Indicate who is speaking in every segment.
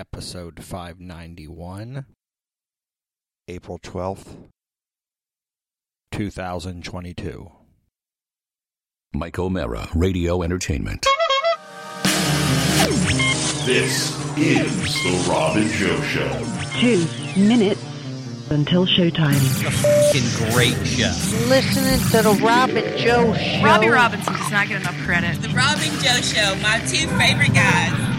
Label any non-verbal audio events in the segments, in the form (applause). Speaker 1: episode 591,
Speaker 2: April 12th.
Speaker 1: 2022.
Speaker 3: Mike O'Mara, Radio Entertainment.
Speaker 4: This is the Robin Joe Show.
Speaker 5: two minutes until showtime.
Speaker 1: Fucking great show.
Speaker 6: listening to the Robin Joe Show.
Speaker 7: Robbie Robinson does not get enough credit.
Speaker 8: The Robin Joe Show, my two favorite guys.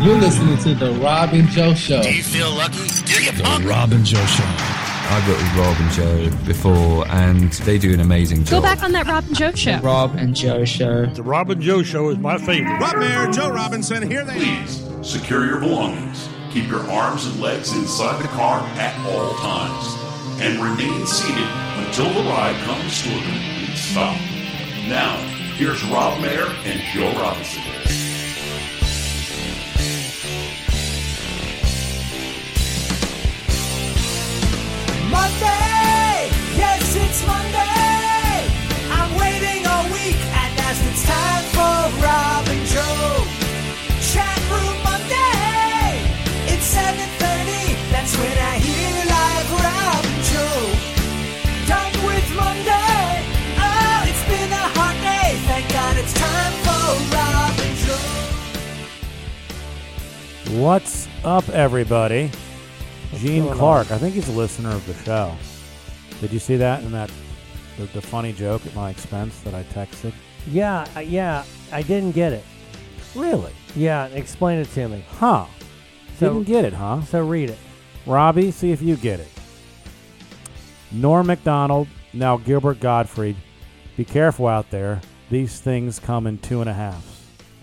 Speaker 9: You're listening to the Robin Joe Show.
Speaker 3: The Robin Joe Show.
Speaker 10: I've worked with Rob and Joe before, and they do an amazing job.
Speaker 7: on that Robin Joe show.
Speaker 9: Rob and Joe Show.
Speaker 11: The Robin Joe Show is my favorite.
Speaker 4: Rob Mayor Joe Robinson, here they Please secure your belongings. Keep your arms and legs inside the car at all times. And remain seated until the ride comes to a complete stop. Now, here's Rob Mayer and Joe Robinson.
Speaker 6: Monday! Yes, it's Monday! I'm waiting all week, and as it's time for Robin Joe. Chat Room Monday! It's 7.30, that's when I hear live Robin Joe. Done with Monday! Oh, it's been a hard day, thank God it's time for Robin Joe.
Speaker 11: What's up, everybody? Gene Clark, I think he's a listener of the show. Did you see that in that the, the funny joke at my expense that I texted?
Speaker 6: Yeah, uh, yeah, I didn't get it.
Speaker 11: Really?
Speaker 6: Yeah, explain it to me.
Speaker 11: Huh?
Speaker 6: So-
Speaker 11: Didn't get it, huh?
Speaker 6: So read it.
Speaker 11: Robbie, see if you get it. Norm MacDonald, now Gilbert Gottfried. Be careful out there. These things come in two and a halves.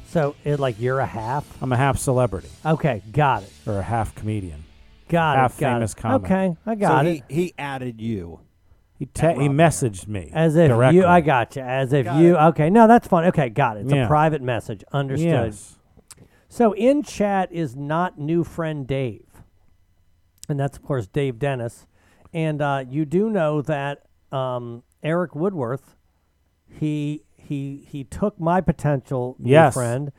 Speaker 6: So it like you're a half.
Speaker 11: I'm a half celebrity
Speaker 6: Okay, got it.
Speaker 11: or a half comedian.
Speaker 6: Got
Speaker 11: Half
Speaker 6: it. Got
Speaker 11: famous
Speaker 6: it.
Speaker 11: comic.
Speaker 6: Okay, I got
Speaker 2: so
Speaker 6: it.
Speaker 2: He, he added you.
Speaker 11: He, te- he messaged me.
Speaker 6: As if
Speaker 11: directly.
Speaker 6: you, I got you. As if you, okay. No, that's fine. Okay, got it. It's
Speaker 11: Yeah.
Speaker 6: a private message. Understood.
Speaker 11: Yes.
Speaker 6: So in chat is not new friend Dave, and that's of course Dave Dennis, and uh, you do know that um, Eric Woodworth, he he he took my potential new
Speaker 11: Yes.
Speaker 6: friend,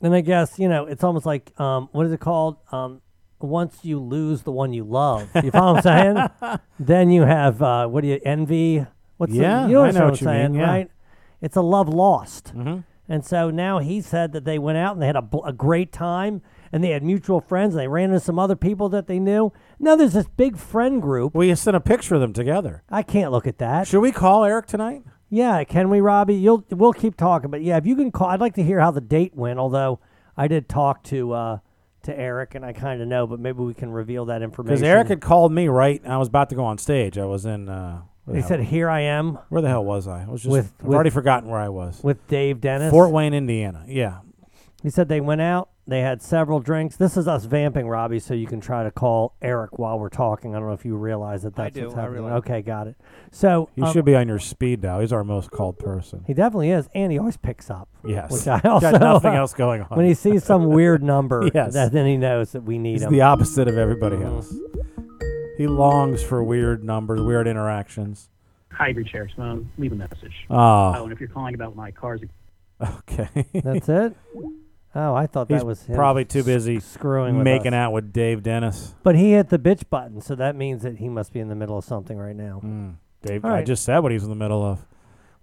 Speaker 6: and I guess you know it's almost like um, what is it called? Um, once you lose the one you love, you follow what I'm
Speaker 11: (laughs)
Speaker 6: saying? Then you have uh, what do you envy? What's the-
Speaker 11: Yeah,
Speaker 6: you know
Speaker 11: I
Speaker 6: what
Speaker 11: know
Speaker 6: I'm
Speaker 11: what you mean,
Speaker 6: saying,
Speaker 11: yeah. Mm-hmm.
Speaker 6: right? It's a love lost. And so now he said that they went out and they had a, bl- a great time and they had mutual friends and they ran into some other people that they knew. Now there's this big friend group.
Speaker 11: Well, you sent a picture of them together.
Speaker 6: I can't look at that.
Speaker 11: Should we call Eric tonight?
Speaker 6: Yeah, can we, Robbie? You'll we'll keep talking, but yeah, if you can call, I'd like to hear how the date went. Although I did talk to uh, to Eric and I kind of know, but maybe we can reveal that information.
Speaker 11: Because Eric had called me right. I was about to go on stage. I was in. Uh, where,
Speaker 6: he
Speaker 11: the
Speaker 6: said,
Speaker 11: hell,
Speaker 6: "Here I am
Speaker 11: where the hell was I? I was just.
Speaker 6: With-
Speaker 11: I've
Speaker 6: with-
Speaker 11: already forgotten where I was.
Speaker 6: with Dave Dennis."
Speaker 11: Fort Wayne, Indiana. Yeah.
Speaker 6: He said they went out, they had several drinks. This is us vamping, Robbie, so you can try to call Eric while we're talking. I don't know if you realize that that's
Speaker 2: do,
Speaker 6: what's
Speaker 2: I
Speaker 6: happening.
Speaker 2: realize.
Speaker 6: Okay, got it. So
Speaker 11: He
Speaker 6: um,
Speaker 11: should be on your speed dial. He's our most called person.
Speaker 6: he definitely is, and he always picks up.
Speaker 11: Yes.
Speaker 6: Which I
Speaker 11: (laughs) Got
Speaker 6: also (laughs)
Speaker 11: nothing else going on.
Speaker 6: When he sees some weird number,
Speaker 11: (laughs) Yes.
Speaker 6: that, then he knows that we need
Speaker 11: He's
Speaker 6: him.
Speaker 11: the opposite of everybody else. He longs for weird numbers, weird interactions.
Speaker 9: Hide your chairs, phone. Leave a message.
Speaker 11: Oh,
Speaker 9: and if you're calling about my car's
Speaker 11: okay. (laughs)
Speaker 6: that's it. Oh, I thought
Speaker 11: He's
Speaker 6: that was him
Speaker 11: probably too busy
Speaker 6: screwing with
Speaker 11: making
Speaker 6: us.
Speaker 11: out with Dave Dennis.
Speaker 6: But he hit the bitch button, so that means that he must be in the middle of something right now.
Speaker 11: Dave,
Speaker 6: All
Speaker 11: I
Speaker 6: right.
Speaker 11: just said what he was in the middle of.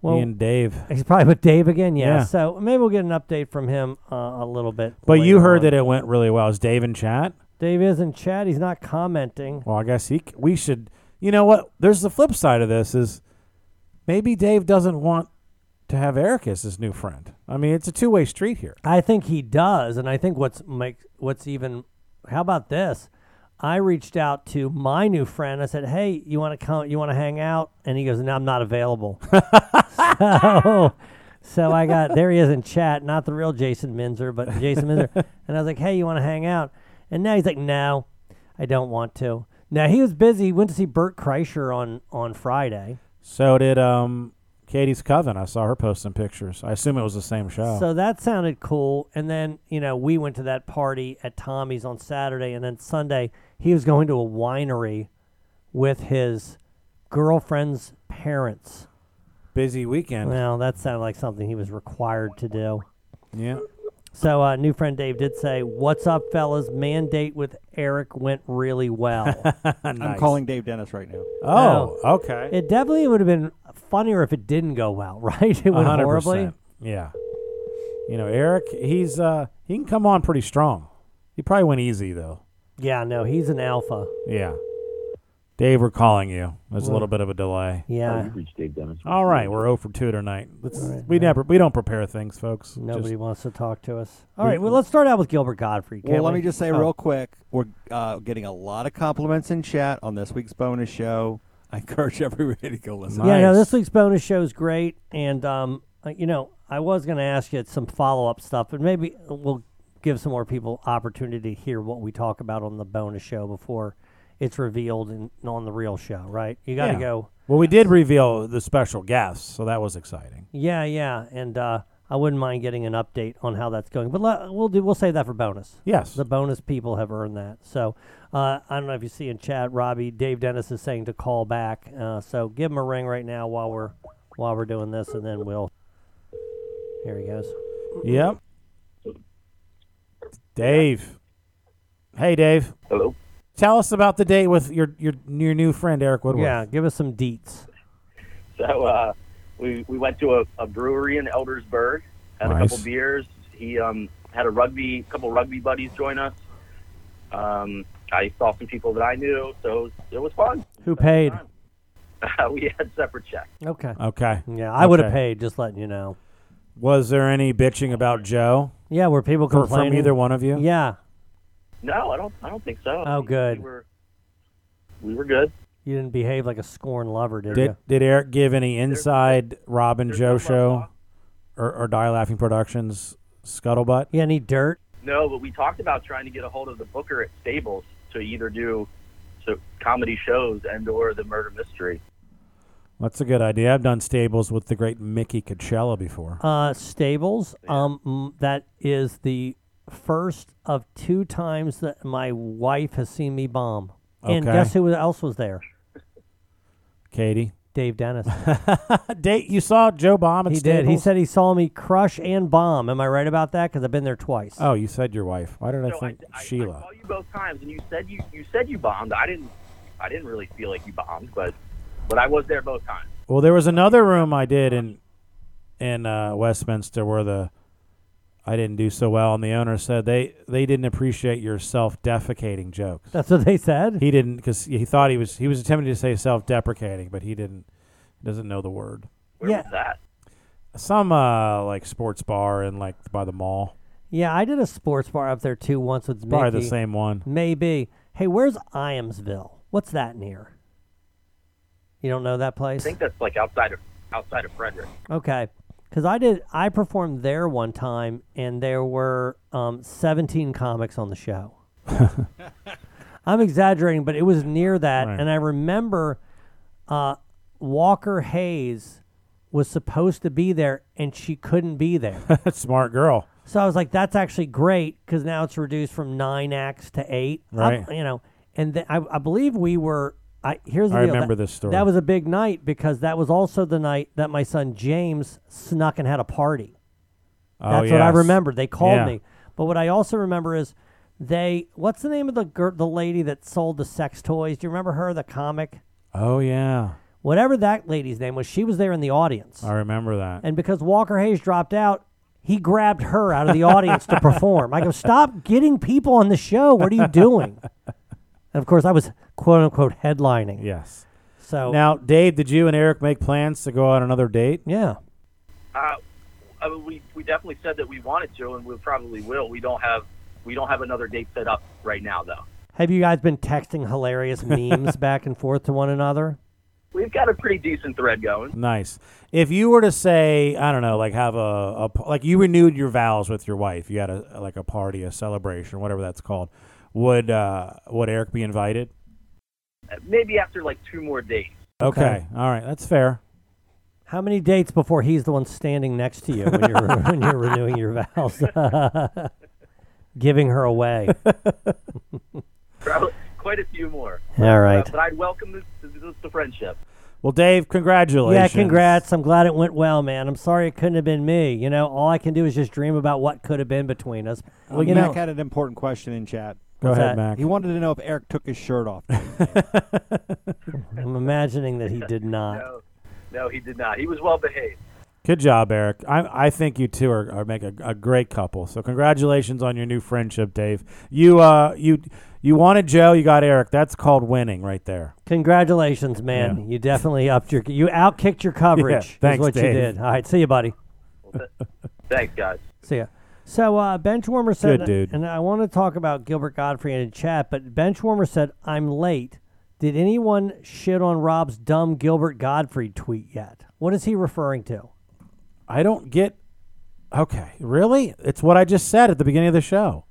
Speaker 6: Well-
Speaker 11: me and Dave.
Speaker 6: He's probably with Dave again, yeah.
Speaker 11: Yeah.
Speaker 6: So maybe we'll get an update from him uh, a little bit.
Speaker 11: But you
Speaker 6: later
Speaker 11: heard
Speaker 6: on.
Speaker 11: that it went really well. Is Dave in chat?
Speaker 6: Dave is in chat. He's not commenting.
Speaker 11: Well, I guess he. c- We should. You know what? There's the flip side of this is maybe Dave doesn't want to have Eric as his new friend. I mean, it's a two way street here.
Speaker 6: I think he does, and I think what's make what's even. How about this? I reached out to my new friend. I said, "Hey, you want to come? You want to hang out?" And he goes, "No, I'm not available." so, so I got there. He is in chat, not the real Jason Minzer, but Jason Minzer. And I was like, "Hey, you want to hang out?" And now he's like, "No, I don't want to." Now he was busy. He went to see Bert Kreischer on on Friday.
Speaker 11: So did um Katie's Coven. I saw her posting pictures. I assume it was the same show.
Speaker 2: Oh.
Speaker 6: So that sounded cool. And then, you know, we went to that party at Tommy's on Saturday. And then Sunday, he was going to a winery with his girlfriend's parents.
Speaker 11: Busy weekend.
Speaker 6: Well, that sounded like something he was required to do.
Speaker 11: Yeah. (laughs)
Speaker 6: So, uh, new friend Dave did say, "What's up, fellas? Mandate with Eric went really well."
Speaker 2: (laughs) I'm calling Dave Dennis right now.
Speaker 11: Oh, okay.
Speaker 6: It definitely would have been funnier if it didn't go well, (laughs) right? It went
Speaker 11: 100%.
Speaker 6: horribly.
Speaker 11: Yeah. You know, Eric, he's uh he can come on pretty strong. He probably went easy though.
Speaker 6: Yeah, no, he's an alpha.
Speaker 2: Oh,
Speaker 11: Yeah. Dave, we're calling you. There's a
Speaker 6: Mm.
Speaker 11: little bit of a delay.
Speaker 6: Yeah. Oh, you've
Speaker 12: reached Dave Dennis.
Speaker 11: All right, we're 0 for 2 tonight. Let's,
Speaker 6: Mm. All right,
Speaker 11: we
Speaker 6: yeah.
Speaker 11: never we don't prepare things, folks.
Speaker 6: Nobody
Speaker 11: Just-
Speaker 6: wants to talk to us. All
Speaker 11: We-
Speaker 6: right, well, let's start out with Gilbert Godfrey.
Speaker 2: Well,
Speaker 6: can't
Speaker 2: let
Speaker 6: we?
Speaker 2: me just say
Speaker 6: Oh.
Speaker 2: real quick, we're uh, getting a lot of compliments in chat on this week's bonus show. I encourage everybody to go listen.
Speaker 6: Yeah, no, this week's bonus show is great, and um, uh, you know, I was going to ask you some follow up stuff, but maybe we'll give some more people opportunity to hear what we talk about on the bonus show before it's revealed in, on the real show, right? You got to
Speaker 11: Yeah.
Speaker 6: go.
Speaker 11: Well, we did reveal the special guests, so that was exciting.
Speaker 6: Yeah, yeah, and uh, I wouldn't mind getting an update on how that's going, but le- we'll do. We'll save that for bonus.
Speaker 11: Yes.
Speaker 6: the bonus people have earned that. So uh, I don't know if you see in chat, Robbie, Dave Dennis is saying to call back. Uh, so give him a ring right now while we're while we're doing this, and then we'll. Here he goes.
Speaker 11: Yep. Dave. Hey, Dave.
Speaker 12: Hello.
Speaker 11: Tell us about the date with your your your new friend Eric Woodward.
Speaker 6: Yeah, give us some deets.
Speaker 12: So uh, we we went to a, a brewery in Eldersburg, had a
Speaker 11: Nice.
Speaker 12: couple beers. He um, had a rugby, couple rugby buddies join us. Um, I saw some people that I knew, so it was, it was fun. (laughs)
Speaker 6: Who paid?
Speaker 12: we had separate checks.
Speaker 6: Okay.
Speaker 11: Okay.
Speaker 6: Yeah, I would have
Speaker 11: Okay.
Speaker 6: paid. Just letting you know.
Speaker 11: Was there any bitching about Joe?
Speaker 6: Yeah, were people
Speaker 11: From-
Speaker 6: complaining
Speaker 11: from either one of you?
Speaker 6: Yeah.
Speaker 12: No, I don't. I don't think so.
Speaker 6: Oh, good.
Speaker 12: We were, we were good.
Speaker 6: You didn't behave like a scorned lover, did,
Speaker 11: Did
Speaker 6: you?
Speaker 11: Did Eric give any inside Robin Joe show or, or Die Laughing Productions scuttlebutt?
Speaker 6: Yeah, any dirt?
Speaker 12: No, but we talked about trying to get a hold of the booker at Stables to either do so comedy shows and or the murder mystery.
Speaker 11: That's a good idea. I've done stables with the great Mickey Coachella before.
Speaker 6: Uh, Stables. Um, mm, that is the first of two times that my wife has seen me bomb. And
Speaker 11: Okay.
Speaker 6: guess who else was there?
Speaker 11: Katie.
Speaker 6: Dave
Speaker 11: (laughs)
Speaker 6: Dennis.
Speaker 11: Date you saw Joe bomb at
Speaker 6: he did. He
Speaker 11: Stables?
Speaker 6: said he saw me crush and bomb. Am I right about that? Because I've been there twice.
Speaker 11: Oh, you said your wife. Why did I think Sheila?
Speaker 12: Well, you both times, and you said you you said you bombed. I didn't. I didn't really feel like you bombed, but but I was there both times.
Speaker 11: Well, there was another room I did in in uh, Westminster where the I didn't do so well, and the owner said they they didn't appreciate your self defecating jokes.
Speaker 6: That's what they said.
Speaker 11: He didn't because he thought he was he was attempting to say self deprecating, but he didn't doesn't know the word.
Speaker 12: Where was that?
Speaker 11: Some uh, like sports bar and like by the mall.
Speaker 6: Yeah, I did a sports bar up there too once with
Speaker 11: Probably the
Speaker 6: Mickey.
Speaker 11: same one.
Speaker 6: Maybe. Hey, where's Iamsville? What's that near? You don't know that
Speaker 12: I
Speaker 6: place?
Speaker 12: think that's like outside of outside of Frederick.
Speaker 6: Okay, because I did. I performed there one time, and there were um, 17 comics on
Speaker 12: (laughs)
Speaker 6: the show. I'm exaggerating, but it was near that,
Speaker 11: Right.
Speaker 6: and I remember uh, Walker Hayes was supposed to be there, and she couldn't be there.
Speaker 11: (laughs) Smart girl.
Speaker 6: So I was like, that's actually great because now it's reduced from nine acts to eight. I'm-
Speaker 11: Right.
Speaker 6: you know, and th- I, I believe we were. I here's the
Speaker 11: I
Speaker 6: deal.
Speaker 11: remember
Speaker 6: that,
Speaker 11: this story.
Speaker 6: That was a big night because that was also the night that my son James snuck and had a party.
Speaker 11: Oh,
Speaker 6: That's what I
Speaker 11: yes.
Speaker 6: remember. They called
Speaker 11: Yeah.
Speaker 6: me. But what I also remember is they. What's the name of the gir- the lady that sold the sex toys? Do you remember her, the comic?
Speaker 11: Oh yeah,
Speaker 6: Whatever that lady's name was, she was there in the audience.
Speaker 11: I remember that.
Speaker 6: And because Walker Hayes dropped out, he grabbed her out of the audience to perform. I go, stop getting people on the show. What are you doing? And of course, I was quote unquote headlining.
Speaker 11: Yes.
Speaker 6: So
Speaker 11: Now, Dave, did you and Eric make plans to go on another date?
Speaker 6: yeah,
Speaker 12: Uh, I mean, we we definitely said that we wanted to, and we probably will. We don't have we don't have another date set up right now, though.
Speaker 6: have you guys been texting hilarious memes back and forth to one another?
Speaker 12: We've got a pretty decent thread going.
Speaker 11: Nice. If you were to say, I don't know, like have a, a p- like you renewed your vows with your wife, you had a like a party, a celebration, whatever that's called. Would uh would Eric be invited?
Speaker 12: Uh, Maybe after like two more dates.
Speaker 11: Okay.
Speaker 6: Okay.
Speaker 11: All right, that's fair.
Speaker 6: How many dates before he's the one standing next to you when you're (laughs) when you're renewing your vows, (laughs) giving her away?
Speaker 12: (laughs) Probably quite a few more.
Speaker 6: All right.
Speaker 12: Uh, but I'd welcome this, this, this the friendship.
Speaker 11: Well, Dave, congratulations.
Speaker 6: Yeah, congrats. I'm glad it went well, man. I'm sorry it couldn't have been me. You know, all I can do is just dream about what could have been between us.
Speaker 11: Oh,
Speaker 2: Well,
Speaker 6: you
Speaker 2: Mac
Speaker 6: know,
Speaker 2: had an important question in chat.
Speaker 11: Go
Speaker 6: What's that?
Speaker 11: ahead, Mac.
Speaker 2: He wanted to know if Eric took his shirt (laughs) off.
Speaker 6: I'm imagining that he did not.
Speaker 12: (laughs) No, no, he did not. He was well behaved.
Speaker 11: Good job, Eric. I, I think you two are, are make a, a great couple. So congratulations on your new friendship, Dave. You uh you you wanted Joe, you got Eric. That's called winning right there.
Speaker 6: Congratulations, man. You definitely upped your you outkicked your coverage. is
Speaker 11: thanks,
Speaker 6: what you
Speaker 11: Dave.
Speaker 6: did. All right, see you, buddy.
Speaker 12: (laughs) Thanks, guys.
Speaker 6: See ya. So uh, Benchwarmer said,
Speaker 11: Good dude.
Speaker 6: and I want to talk about Gilbert Godfrey in chat, but Benchwarmer said, "I'm late. Did anyone shit on Rob's dumb Gilbert Godfrey tweet yet? What is he referring to?
Speaker 11: I don't get Okay, really? It's what I just said at the beginning of the show.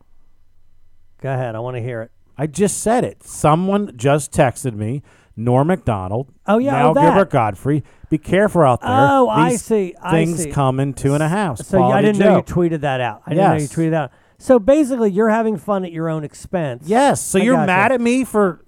Speaker 6: Go ahead, I want to hear it.
Speaker 11: I just said it. Someone just texted me, Norm McDonald.
Speaker 6: Oh, yeah,
Speaker 11: now
Speaker 6: oh, that.
Speaker 11: Gilbert Godfrey. Be careful out there.
Speaker 6: Oh, I
Speaker 11: These
Speaker 6: see. I
Speaker 11: Things
Speaker 6: see.
Speaker 11: come in two and a half.
Speaker 6: So I
Speaker 11: Quality
Speaker 6: didn't know you
Speaker 11: Joe.
Speaker 6: tweeted that out. I didn't know you
Speaker 11: Yes.
Speaker 6: tweeted that. out. So basically, you're having fun at your own expense.
Speaker 11: Yes. So
Speaker 6: I
Speaker 11: you're
Speaker 6: gotcha.
Speaker 11: mad at me for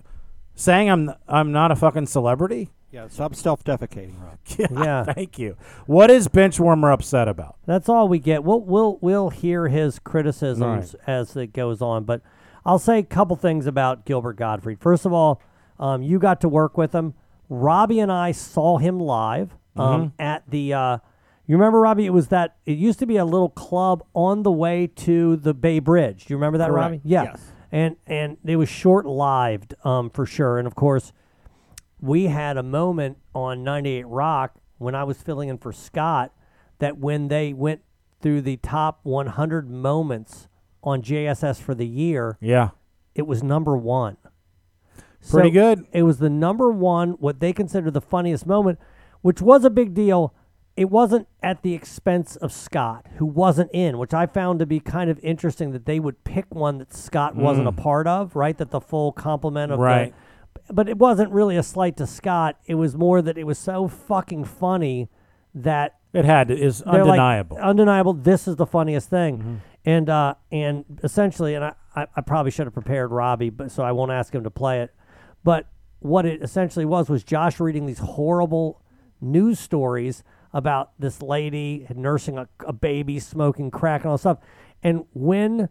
Speaker 11: saying I'm I'm not a fucking celebrity?
Speaker 2: yeah, stop self defecating,
Speaker 11: (laughs)
Speaker 2: Rob.
Speaker 6: Yeah.
Speaker 11: Thank you. What is Benchwarmer upset about?
Speaker 6: That's all we get. We'll we'll we'll hear his criticisms
Speaker 11: Right.
Speaker 6: as it goes on, but I'll say a couple things about Gilbert Gottfried. First of all, um, you got to work with him. Robbie and I saw him live um,
Speaker 2: Mm-hmm.
Speaker 6: at the. Uh, you remember Robbie? It was that. It used to be a little club on the way to the Bay Bridge. Do you remember that,
Speaker 2: Correct.
Speaker 6: Robbie? Yeah.
Speaker 2: Yes.
Speaker 6: And and it was short lived um, for sure. And of course, we had a moment on 98 Rock when I was filling in for Scott that when they went through the top 100 moments on JSS for the year,
Speaker 11: Yeah.
Speaker 6: it was number one.
Speaker 11: Pretty good.
Speaker 6: It was the number one, what they consider the funniest moment, which was a big deal. It wasn't at the expense of Scott, who wasn't in, which I found to be kind of interesting that they would pick one that Scott wasn't a part of, right? That the full complement of the-
Speaker 11: Mm. Right.
Speaker 6: but it wasn't really a slight to Scott. It was more that it was so fucking funny that
Speaker 11: It had is
Speaker 6: they're like,
Speaker 11: undeniable. Mm-hmm.
Speaker 6: undeniable. This is the funniest thing, and uh, and essentially, and I, I, I probably should have prepared Robbie, but so I won't ask him to play it. But what it essentially was was Josh reading these horrible news stories about this lady nursing a, a baby, smoking crack, and all this stuff. And when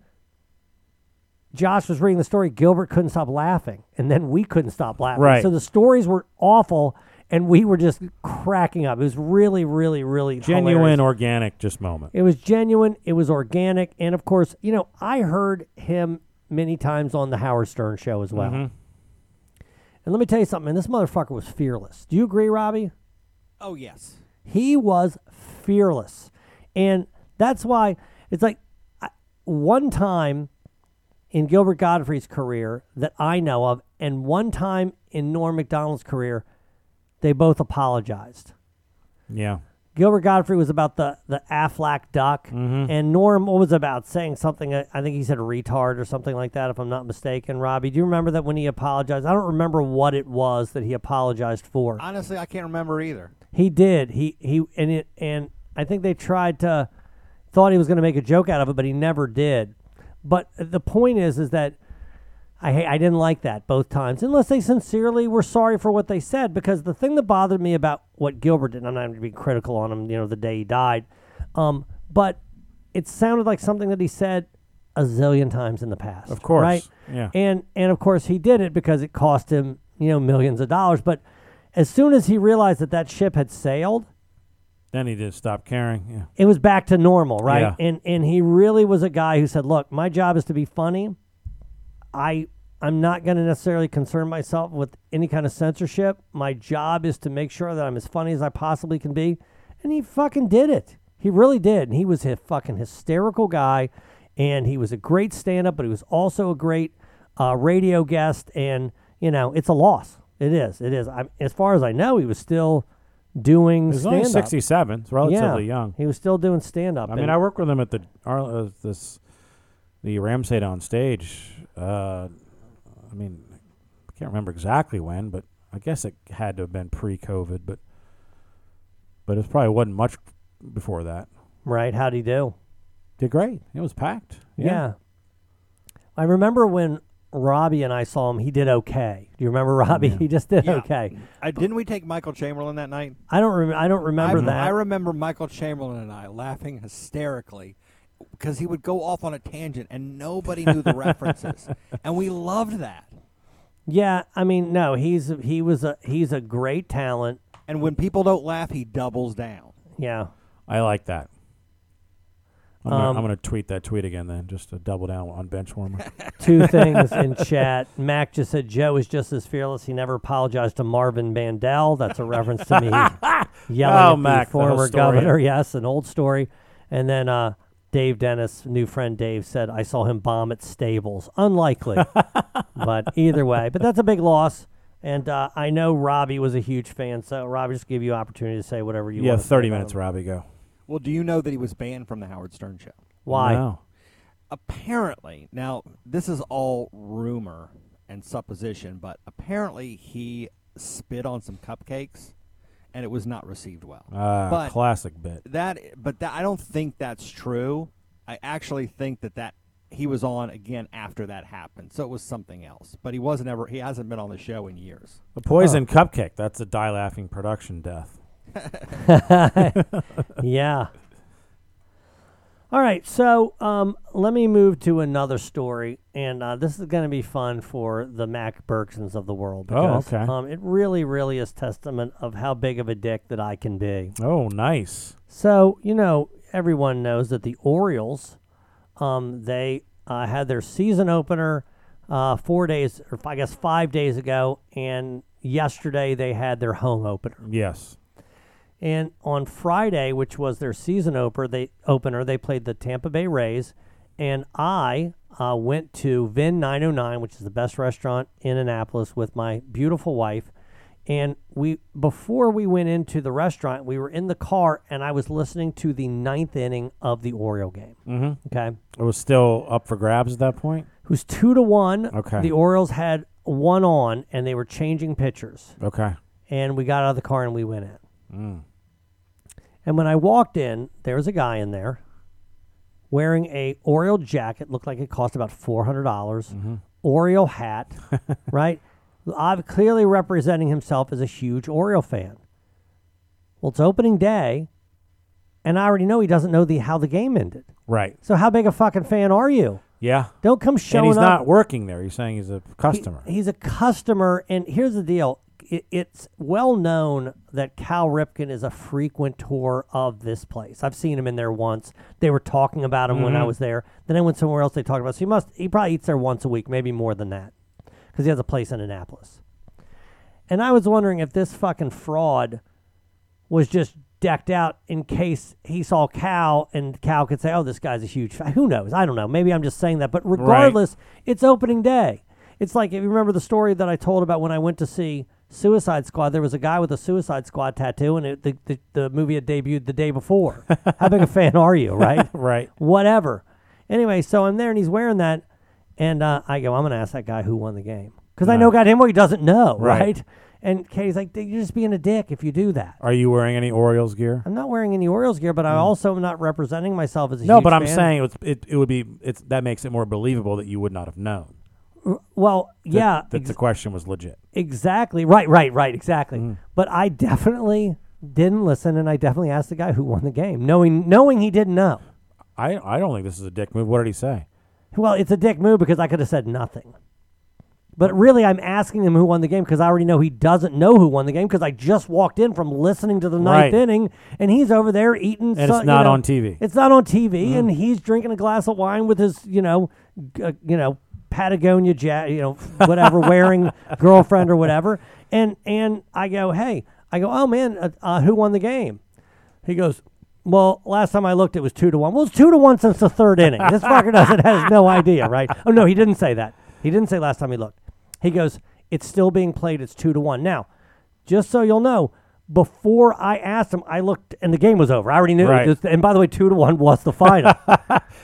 Speaker 6: Josh was reading the story, Gilbert couldn't stop laughing, and then we couldn't stop laughing.
Speaker 11: Right.
Speaker 6: So the stories were awful. And we were just cracking up. It was really, really, really
Speaker 11: Genuine
Speaker 6: hilarious.
Speaker 11: organic just moment.
Speaker 6: It was genuine. It was organic. And of course, you know, I heard him many times on the Howard Stern show as
Speaker 2: Mm-hmm.
Speaker 6: well. And let me tell you something, man, this motherfucker was fearless. Do you agree, Robbie?
Speaker 2: Oh yes.
Speaker 6: He was fearless. And that's why it's like I, one time in Gilbert Godfrey's career that I know of, and one time in Norm MacDonald's career, they both apologized.
Speaker 11: Yeah.
Speaker 6: Gilbert Godfrey was about the the Aflac duck, and Norm what was it about saying something. uh, I think he said retard or something like that, if I'm not mistaken. Robbie, do you remember that when he apologized? I don't remember what it was that he apologized for.
Speaker 2: Honestly, I can't remember either.
Speaker 6: He did. He he and it and I think they tried to thought he was going to make a joke out of it, but he never did. But the point is, is that I ha- I didn't like that both times, unless they sincerely were sorry for what they said. Because the thing that bothered me about what Gilbert did, and I'm not going to be critical on him, you know, the day he died, um, but it sounded like something that he said a zillion times in the past. Of
Speaker 11: course.
Speaker 6: right?
Speaker 11: Yeah.
Speaker 6: and and of course he did it because it cost him you know millions of dollars but as soon as he realized that that ship had sailed
Speaker 11: Then he just stopped caring. Yeah.
Speaker 6: it was back to normal right
Speaker 11: Yeah.
Speaker 6: and and he really was a guy who said look my job is to be funny i i'm not going to necessarily concern myself with any kind of censorship my job is to make sure that i'm as funny as i possibly can be and he fucking did it he really did and he was a fucking hysterical guy and he was a great stand-up but he was also a great uh, radio guest and you know it's a loss it is it is I'm, as far as i know he was still doing
Speaker 11: He's only
Speaker 6: stand-up.
Speaker 11: 67. Oh, It's relatively young.
Speaker 6: He was still doing stand up.
Speaker 11: I mean, I worked with him at the Ar- uh, this the Ramsay on stage. Uh, I mean, I can't remember exactly when, but I guess it had to have been pre-COVID. But but it probably wasn't much before that.
Speaker 6: (laughs) right? How'd he do?
Speaker 11: Did great. It was packed.
Speaker 6: I remember when Robbie and I saw him, he did okay. Do you remember Robbie? (laughs) He just did okay.
Speaker 2: I, didn't we take Michael Chamberlain that night?
Speaker 6: I don't rem- I don't remember
Speaker 2: I,
Speaker 6: that.
Speaker 2: I remember Michael Chamberlain and I laughing hysterically because he would go off on a tangent and nobody knew the
Speaker 6: (laughs)
Speaker 2: references, and we loved that.
Speaker 6: yeah, I mean, no, he's he was a he's a great talent.
Speaker 2: And when people don't laugh, he doubles down.
Speaker 6: Yeah.
Speaker 11: I like that. I'm, gonna,
Speaker 6: Um,
Speaker 11: I'm gonna tweet that tweet again then, just to double down on bench warmer.
Speaker 6: Two things
Speaker 11: (laughs)
Speaker 6: in chat. Mac just said Joe is just as fearless. He never apologized to Marvin Bandel. That's a reference to me (laughs) yelling
Speaker 11: Oh,
Speaker 6: at
Speaker 11: Mac,
Speaker 6: the
Speaker 11: the whole
Speaker 6: former
Speaker 11: story.
Speaker 6: governor. (laughs) Yes, an old story. And then uh, Dave Dennis, new friend Dave, said I saw him bomb at Stables.
Speaker 11: (laughs)
Speaker 6: Unlikely, but either way. But that's a big loss. And uh, I know Robbie was a huge fan. So Robbie, just give you opportunity to say whatever you
Speaker 11: yeah,
Speaker 6: want. to say
Speaker 11: thirty
Speaker 6: about
Speaker 11: minutes,
Speaker 6: him.
Speaker 11: Robbie. Go.
Speaker 2: Well, do you know that he was banned from the Howard Stern show?
Speaker 6: Why?
Speaker 11: No.
Speaker 2: Apparently, now this is all rumor and supposition, but apparently he spit on some cupcakes, and it was not received well.
Speaker 11: Ah,
Speaker 2: but
Speaker 11: classic bit.
Speaker 2: that, but that, I don't think that's true. I actually think that that he was on again after that happened, so it was something else. But he wasn't ever. He hasn't been on the show in years.
Speaker 11: A poison cupcake. That's a die laughing production death.
Speaker 6: yeah. All right, so um, let me move to another story, and uh, this is going to be fun for the Mac Bergsons of the world.
Speaker 11: Oh,
Speaker 6: Because,
Speaker 11: okay.
Speaker 6: Um, it really, really is testament of how big of a dick that I can be.
Speaker 11: Oh, nice.
Speaker 6: So you know, everyone knows that the Orioles, um, they uh, had their season opener uh, four days, or I guess five days ago, and yesterday they had their home opener.
Speaker 11: Yes.
Speaker 6: And on Friday, which was their season opener, they opener they played the Tampa Bay Rays, and I uh, went to Vin 909, which is the best restaurant in Annapolis, with my beautiful wife. And we before we went into the restaurant, we were in the car, and I was listening to the ninth inning of the Oriole game.
Speaker 11: Mm-hmm.
Speaker 6: Okay,
Speaker 11: It was still up for grabs at that point.
Speaker 6: who's two to one?
Speaker 11: Okay.
Speaker 6: the Orioles had one on, and they were changing pitchers.
Speaker 11: Okay.
Speaker 6: And we got out of the car and we went in.
Speaker 11: Mm.
Speaker 6: And when I walked in, there was a guy in there wearing a Oriole jacket, looked like it cost about four hundred dollars.
Speaker 11: Mm-hmm.
Speaker 6: Oriole
Speaker 11: (laughs)
Speaker 6: hat, right? Ob- clearly representing himself as a huge Oriole fan. Well, it's opening day, and I already know he doesn't know the how the game ended.
Speaker 11: Right.
Speaker 6: So how big a fucking fan are you?
Speaker 11: Yeah.
Speaker 6: Don't come showing
Speaker 11: and he's
Speaker 6: up.
Speaker 11: not working there. He's saying he's a customer.
Speaker 6: He's a customer, and here's the deal: it, it's well known that Cal Ripken is a frequentor of this place. I've seen him in there once. They were talking about him when I
Speaker 11: Mhm.
Speaker 6: was there. Then I went somewhere else. They talked about. So he must. He probably eats there once a week, maybe more than that, because he has a place in Annapolis. And I was wondering if this fucking fraud was just decked out in case he saw Cal and Cal could say, "Oh, this guy's a huge fan." Who knows? I don't know. Maybe I'm just saying that, but regardless, it's opening day. It's like if you remember the story that I told about when I went to see Suicide Squad. There was a guy with a Suicide Squad tattoo, and it, the, the the movie had debuted the day
Speaker 11: (laughs)
Speaker 6: before. How big a fan are you, right?
Speaker 11: right.
Speaker 6: Whatever. Anyway, so I'm there, and he's wearing that, and uh, I go, "I'm gonna ask that guy who won the game because I know goddamn well he doesn't know,
Speaker 11: Right.
Speaker 6: right?" And Katie's like, "Dude, "You're just being a dick if you do that."
Speaker 11: Are you wearing any Orioles gear?
Speaker 6: I'm not wearing any Orioles gear, but I also am not representing myself as a
Speaker 11: Mm. No,
Speaker 6: huge
Speaker 11: but I'm
Speaker 6: fan.
Speaker 11: saying it's, it it would be it's that makes it more believable that you would not have known.
Speaker 6: well,
Speaker 11: that-
Speaker 6: yeah,
Speaker 11: That
Speaker 6: ex-
Speaker 11: the question was legit.
Speaker 6: exactly, right, right, right, exactly. But I definitely didn't listen, and I definitely asked the guy who won the game, knowing knowing he didn't know.
Speaker 11: I I don't think this is a dick move. What did he say?
Speaker 6: Well, it's a dick move because I could have said nothing. But really, I'm asking him who won the game because I already know he doesn't know who won the game because I just walked in from listening to the ninth
Speaker 11: Right.
Speaker 6: inning, and he's over there eating.
Speaker 11: And
Speaker 6: so-
Speaker 11: it's
Speaker 6: you
Speaker 11: not
Speaker 6: know,
Speaker 11: on Mm-hmm. TV.
Speaker 6: It's not on TV, and he's drinking a glass of wine with his, you know, g- uh, you know, Patagonia, ja- you know,
Speaker 11: (laughs)
Speaker 6: whatever, wearing girlfriend or whatever. And and I go, hey, I go, oh man, uh, uh, who won the game? He goes, well, last time I looked, it was two to one. Well, it's two to one since the third inning. This fucker doesn't has no idea, right? Oh no, he didn't say that. He didn't say last time he looked. He goes, it's still being played. It's two to one now. Just so you'll know, before I asked him, I looked and the game was over. I already knew. it
Speaker 11: Right.
Speaker 6: was- and by the way, two to one was the final.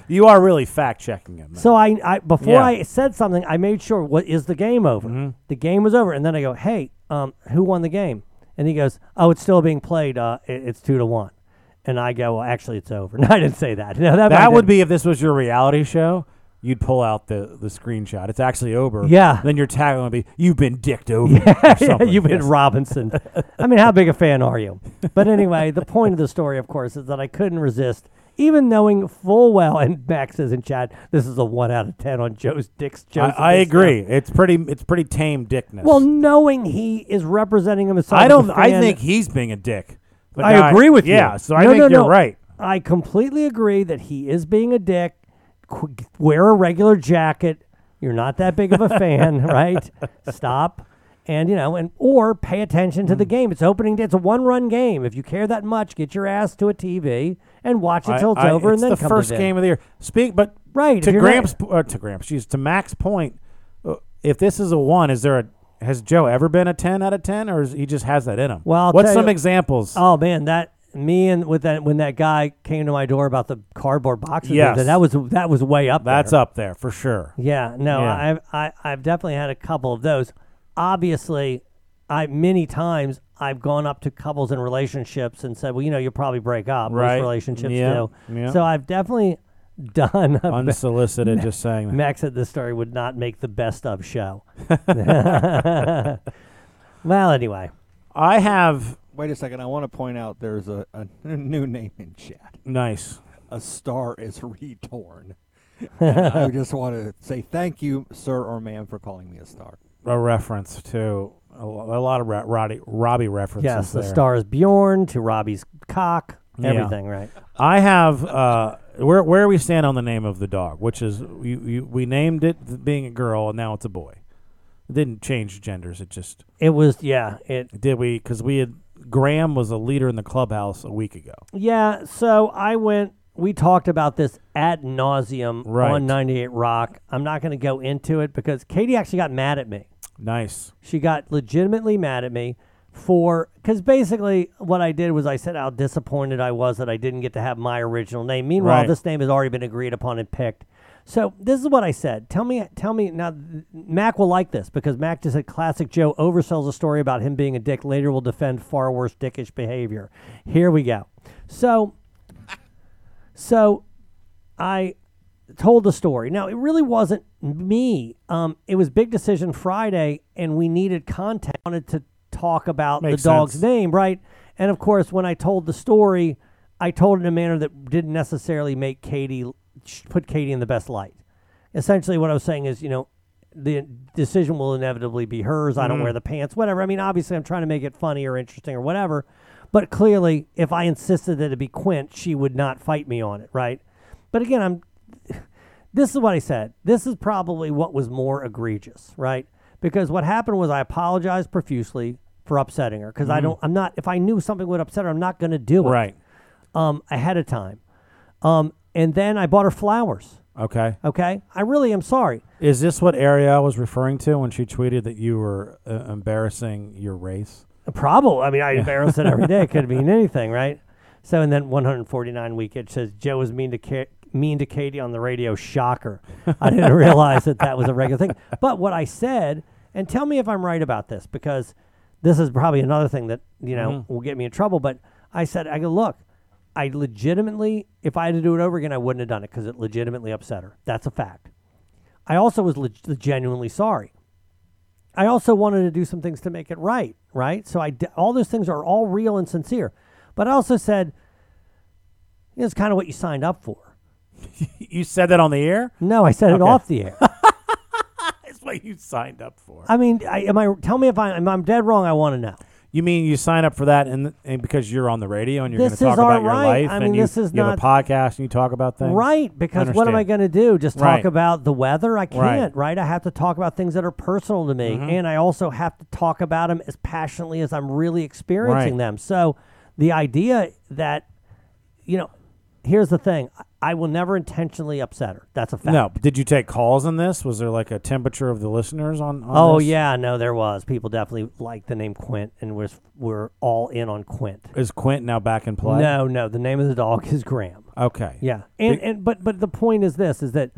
Speaker 11: You are really fact checking him.
Speaker 6: so I, I before
Speaker 11: Yeah. Mm-hmm.
Speaker 6: I said something, I made sure what is the game over? The game was over, and then I go, hey, um, who won the game? And he goes, oh, it's still being played. Uh, it- it's two to one. (laughs) And I go, well, actually, it's over. No, I didn't say that. No, that might
Speaker 11: That
Speaker 6: have-
Speaker 11: would be if this was your reality show. you'd pull out the, the screenshot. It's actually Ober.
Speaker 6: Yeah.
Speaker 11: Then your tagline would be, "You've been dicked over." or
Speaker 6: (laughs) yeah,
Speaker 11: (laughs) something.
Speaker 6: you've been
Speaker 11: Yes.
Speaker 6: Robinson. (laughs) I mean, how big a fan are you? But anyway, the point of the story, of course, is that I couldn't resist, even knowing full well, and Max says in chat, this is a one out of 10 on Joe's Dick's
Speaker 11: I,
Speaker 6: Joe's.
Speaker 11: I agree. It's pretty. It's pretty tame dickness.
Speaker 6: Well, knowing he is representing himself.
Speaker 11: I
Speaker 6: as
Speaker 11: don't.
Speaker 6: a
Speaker 11: I
Speaker 6: fan-
Speaker 11: think he's being a dick. The
Speaker 6: I
Speaker 11: guy-
Speaker 6: agree with you.
Speaker 11: Yeah. So I
Speaker 6: No,
Speaker 11: think
Speaker 6: no,
Speaker 11: you're
Speaker 6: no.
Speaker 11: right.
Speaker 6: I completely agree that he is being a dick. Qu- wear a regular jacket. You're not that big of a fan,
Speaker 11: (laughs)
Speaker 6: right? Stop. And you know, and or pay attention
Speaker 11: Hmm.
Speaker 6: to the game. It's opening day. It's a one-run game. If you care that much, get your ass to a TV and watch it
Speaker 11: I-
Speaker 6: till it's
Speaker 11: I-
Speaker 6: over,
Speaker 11: it's
Speaker 6: and then
Speaker 11: the
Speaker 6: come
Speaker 11: first
Speaker 6: to bed.
Speaker 11: game of the year. Speak, but
Speaker 6: Right, if
Speaker 11: to
Speaker 6: you're not-
Speaker 11: Gramps, uh, to Gramps, geez, to Mac's point, uh, if this is a one, is there a has Joe ever been a ten out of ten, or is, he just has that in him?
Speaker 6: Well, I'll
Speaker 11: what's
Speaker 6: tell
Speaker 11: some
Speaker 6: you-
Speaker 11: examples?
Speaker 6: Oh man, that me and with that when that guy came to my door about the cardboard boxes.
Speaker 11: Yes.
Speaker 6: that- that was that was way up.
Speaker 11: That's
Speaker 6: there.
Speaker 11: up there for sure.
Speaker 6: Yeah, (laughs) no,
Speaker 11: Yeah.
Speaker 6: I've I, I've definitely had a couple of those. Obviously, I many times I've gone up to couples in relationships and said, "Well, you know, you'll probably break up." Most
Speaker 11: Right.
Speaker 6: relationships
Speaker 11: Yeah.
Speaker 6: do.
Speaker 11: Yeah.
Speaker 6: So I've definitely done a
Speaker 11: Unsolicited, just saying.
Speaker 6: (laughs)
Speaker 11: That.
Speaker 6: Max said this story would not make the best of
Speaker 11: (laughs)
Speaker 6: show. well, anyway,
Speaker 11: I have
Speaker 2: Wait a second. I want to point out there's a, a (laughs) new name in chat.
Speaker 11: nice.
Speaker 2: A star is (laughs) retorn. And I just want to say thank you, sir or ma'am, for calling me a star.
Speaker 11: A reference to a, lo- a lot of Ra- Roddy, Robbie references.
Speaker 6: yes, the
Speaker 11: there.
Speaker 6: star is Bjorn to Robbie's cock.
Speaker 11: Yeah.
Speaker 6: Everything right.
Speaker 11: I have uh, where where we stand on the name of the dog, which is you, you, we named it th- being a girl and now it's a boy. It didn't change genders. It just
Speaker 6: It was yeah. It
Speaker 11: did we because we had Graham was a leader in the clubhouse a week ago.
Speaker 6: Yeah, so I went. We talked about this ad nauseum
Speaker 11: Right.
Speaker 6: on 98 Rock. I'm not going to go into it because Katie actually got mad at me.
Speaker 11: Nice.
Speaker 6: She got legitimately mad at me for because basically what I did was I said how disappointed I was that I didn't get to have my original name. Meanwhile,
Speaker 11: Right.
Speaker 6: this name has already been agreed upon and picked. So this is what I said. Tell me, tell me now. th- Mac will like this because Mac just said classic Joe oversells a story about him being a dick. Later, will defend far worse dickish behavior. Here we go. So, so I told the story. Now, it really wasn't me. Um, it was Big Decision Friday, and we needed content. I wanted to talk about
Speaker 11: Makes
Speaker 6: the dog's
Speaker 11: sense.
Speaker 6: name, right? And of course, when I told the story, I told it in a manner that didn't necessarily make Katie sh- put Katie in the best light. Essentially, what I was saying is, you know, the decision will inevitably be hers. I don't
Speaker 11: Mhm.
Speaker 6: wear the pants, whatever. I mean, obviously, I'm trying to make it funny or interesting or whatever. But clearly, if I insisted that it be Quint, she would not fight me on it, right? But again, I'm this is what I said. This is probably what was more egregious, right? Because what happened was I apologized profusely for upsetting her because I don't. I'm not. If I knew something would upset her, I'm not going to do it
Speaker 11: Right.
Speaker 6: um, ahead of time. Um, and then I bought her flowers.
Speaker 11: Okay.
Speaker 6: Okay, I really am sorry.
Speaker 11: Is this what Ariel was referring to when she tweeted that you were uh, embarrassing your race?
Speaker 6: Probably. I mean, I embarrass it every day. It could mean anything, right? So, and then 149 week, it says Joe was mean to Ka- mean to Katie on the radio. Shocker. I didn't realize that that was a regular thing. But what I said, and tell me if I'm right about this, because this is probably another thing that you know will get me in trouble. But I said, I go look. I legitimately, if I had to do it over again, I wouldn't have done it because it legitimately upset her. That's a fact. I also was leg- genuinely sorry. I also wanted to do some things to make it right, right? So I d- all those things are all real and sincere. But I also said, it's kind of what you signed up for.
Speaker 11: You said that on the air.
Speaker 6: No, I said it
Speaker 11: Okay.
Speaker 6: off the air.
Speaker 11: That's what you signed up for.
Speaker 6: I mean, I, am I? Tell me if I, am I'm dead wrong. I want to know.
Speaker 11: You mean you sign up for that and, and because you're on the radio and you're going
Speaker 6: This
Speaker 11: to talk
Speaker 6: is our
Speaker 11: about your
Speaker 6: right.
Speaker 11: life
Speaker 6: I
Speaker 11: and
Speaker 6: mean,
Speaker 11: you,
Speaker 6: this is
Speaker 11: you have a podcast and you talk about things.
Speaker 6: Right, because what am I going
Speaker 11: Understand.
Speaker 6: to do? Just talk
Speaker 11: Right.
Speaker 6: about the weather? I can't,
Speaker 11: Right. Mm-hmm.
Speaker 6: right. I have to talk about things that are personal to me, and I also have to talk about them as passionately as I'm really experiencing
Speaker 11: Right.
Speaker 6: them. So the idea that, you know, here's the thing I- I will never intentionally upset her. That's a fact.
Speaker 11: No, but did you take calls on this? Was there like a temperature of the listeners on? on
Speaker 6: Oh
Speaker 11: this?
Speaker 6: yeah, no, there was people definitely liked the name Quint, and was we're all in on Quint.
Speaker 11: Is Quint now back in play?
Speaker 6: No, no, the name of the dog (laughs) is Graham.
Speaker 11: Okay.
Speaker 6: Yeah, and
Speaker 11: Be-
Speaker 6: and but but the point is this: is that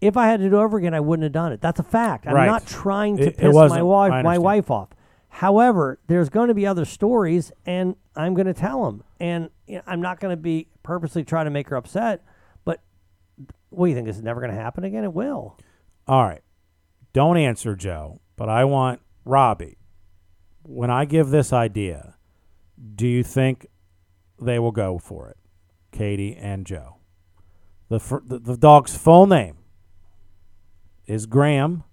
Speaker 6: if I had to do it over again, I wouldn't have done it. That's a fact. I'm
Speaker 11: Mm. Right.
Speaker 6: not trying to
Speaker 11: It- it
Speaker 6: piss my
Speaker 11: wasn't- I
Speaker 6: wife my
Speaker 11: understand.
Speaker 6: wife off. However, there's going to be other stories, and I'm going to tell them, and you know, I'm not going to be purposely trying to make her upset. But What do you think? This is never going to happen again? It will.
Speaker 11: All right. Don't answer, Joe, but I want Robbie. When I give this idea, do you think they will go for it? Katie and Joe. The, fir- the, the dog's full name is Graham,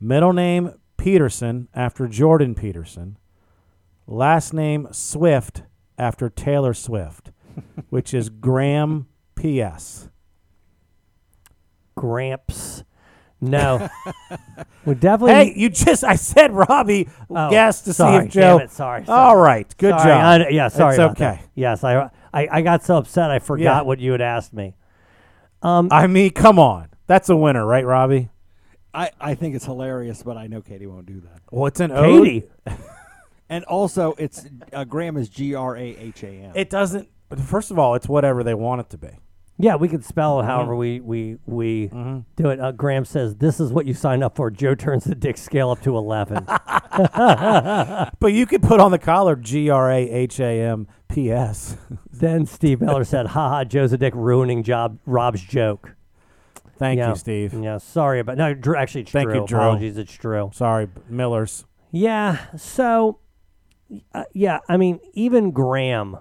Speaker 11: middle name Peterson after Jordan Peterson, last name Swift after Taylor Swift, which is Graham P.S.
Speaker 6: Gramps.
Speaker 11: (laughs)
Speaker 6: No. we definitely.
Speaker 11: Hey, you just, I said Robbie
Speaker 6: Oh,
Speaker 11: guessed to
Speaker 6: sorry,
Speaker 11: see if Joe.
Speaker 6: Damn it, sorry, sorry.
Speaker 11: All right. Good
Speaker 6: Sorry,
Speaker 11: job.
Speaker 6: I- yeah, sorry.
Speaker 11: It's
Speaker 6: about
Speaker 11: okay.
Speaker 6: that. Yes, I, I I got so upset I forgot
Speaker 11: Yeah.
Speaker 6: what you had asked me. Um,
Speaker 11: I mean, come on. That's a winner, right, Robbie?
Speaker 2: I, I think it's hilarious, but I know Katie won't do that.
Speaker 11: Well, it's an
Speaker 6: Katie.
Speaker 2: And also, it's uh, Graham is G R A H A M.
Speaker 11: It doesn't. First of all, it's whatever they want it to be.
Speaker 6: Yeah, we can spell
Speaker 11: Mm-hmm.
Speaker 6: it however we we we do it. Uh, Graham says this is what you signed up for. Joe turns the dick scale up to
Speaker 11: (laughs)
Speaker 6: eleven.
Speaker 11: But you could put on the collar G R A H A M P S. (laughs)
Speaker 6: then Steve Miller said, "Ha ha, Joe's a dick ruining job Rob's joke."
Speaker 11: Thank
Speaker 6: Yeah.
Speaker 11: you, Steve.
Speaker 6: Yeah, sorry about no. Drew, actually, it's
Speaker 11: Thank
Speaker 6: Drew.
Speaker 11: you, Drew.
Speaker 6: Apologies, it's Drew.
Speaker 11: Sorry, B- Millers.
Speaker 6: Yeah. So, uh, yeah, I mean, even Graham,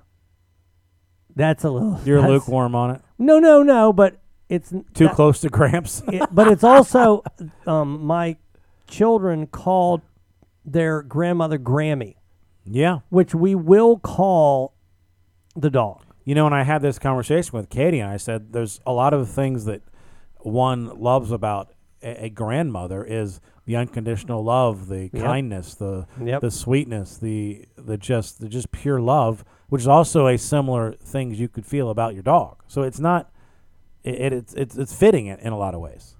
Speaker 6: that's a little.
Speaker 11: You're
Speaker 6: that's-
Speaker 11: lukewarm on it.
Speaker 6: No, no, no. But it's n-
Speaker 11: Too
Speaker 6: that-
Speaker 11: close to
Speaker 6: (laughs)
Speaker 11: Gramps.
Speaker 6: it- but it's also um, my children called their grandmother Grammy,
Speaker 11: yeah.
Speaker 6: which we will call the dog.
Speaker 11: You know, and I had this conversation with Katie, and I said, "There's a lot of things that one loves about a, a grandmother is the unconditional love, the kindness, the
Speaker 6: Yep.
Speaker 11: the sweetness, the the just the just pure love, which is also a similar things you could feel about your dog. So it's not, it, it it's, it's it's fitting it in a lot of ways.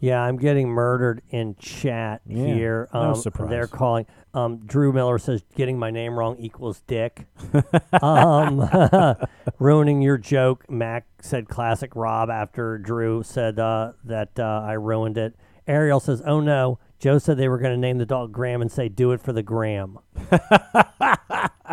Speaker 6: Yeah, I'm getting murdered in chat
Speaker 11: Yeah,
Speaker 6: here.
Speaker 11: no surprise.
Speaker 6: They're calling. Um, Drew Miller says getting my name wrong equals
Speaker 11: (laughs)
Speaker 6: dick. um, (laughs) ruining your joke. Mac said classic Rob after Drew said uh, that uh, I ruined it. Ariel says, oh no. Joe said they were going to name the dog Graham and say, do it for the
Speaker 11: (laughs)
Speaker 6: Graham.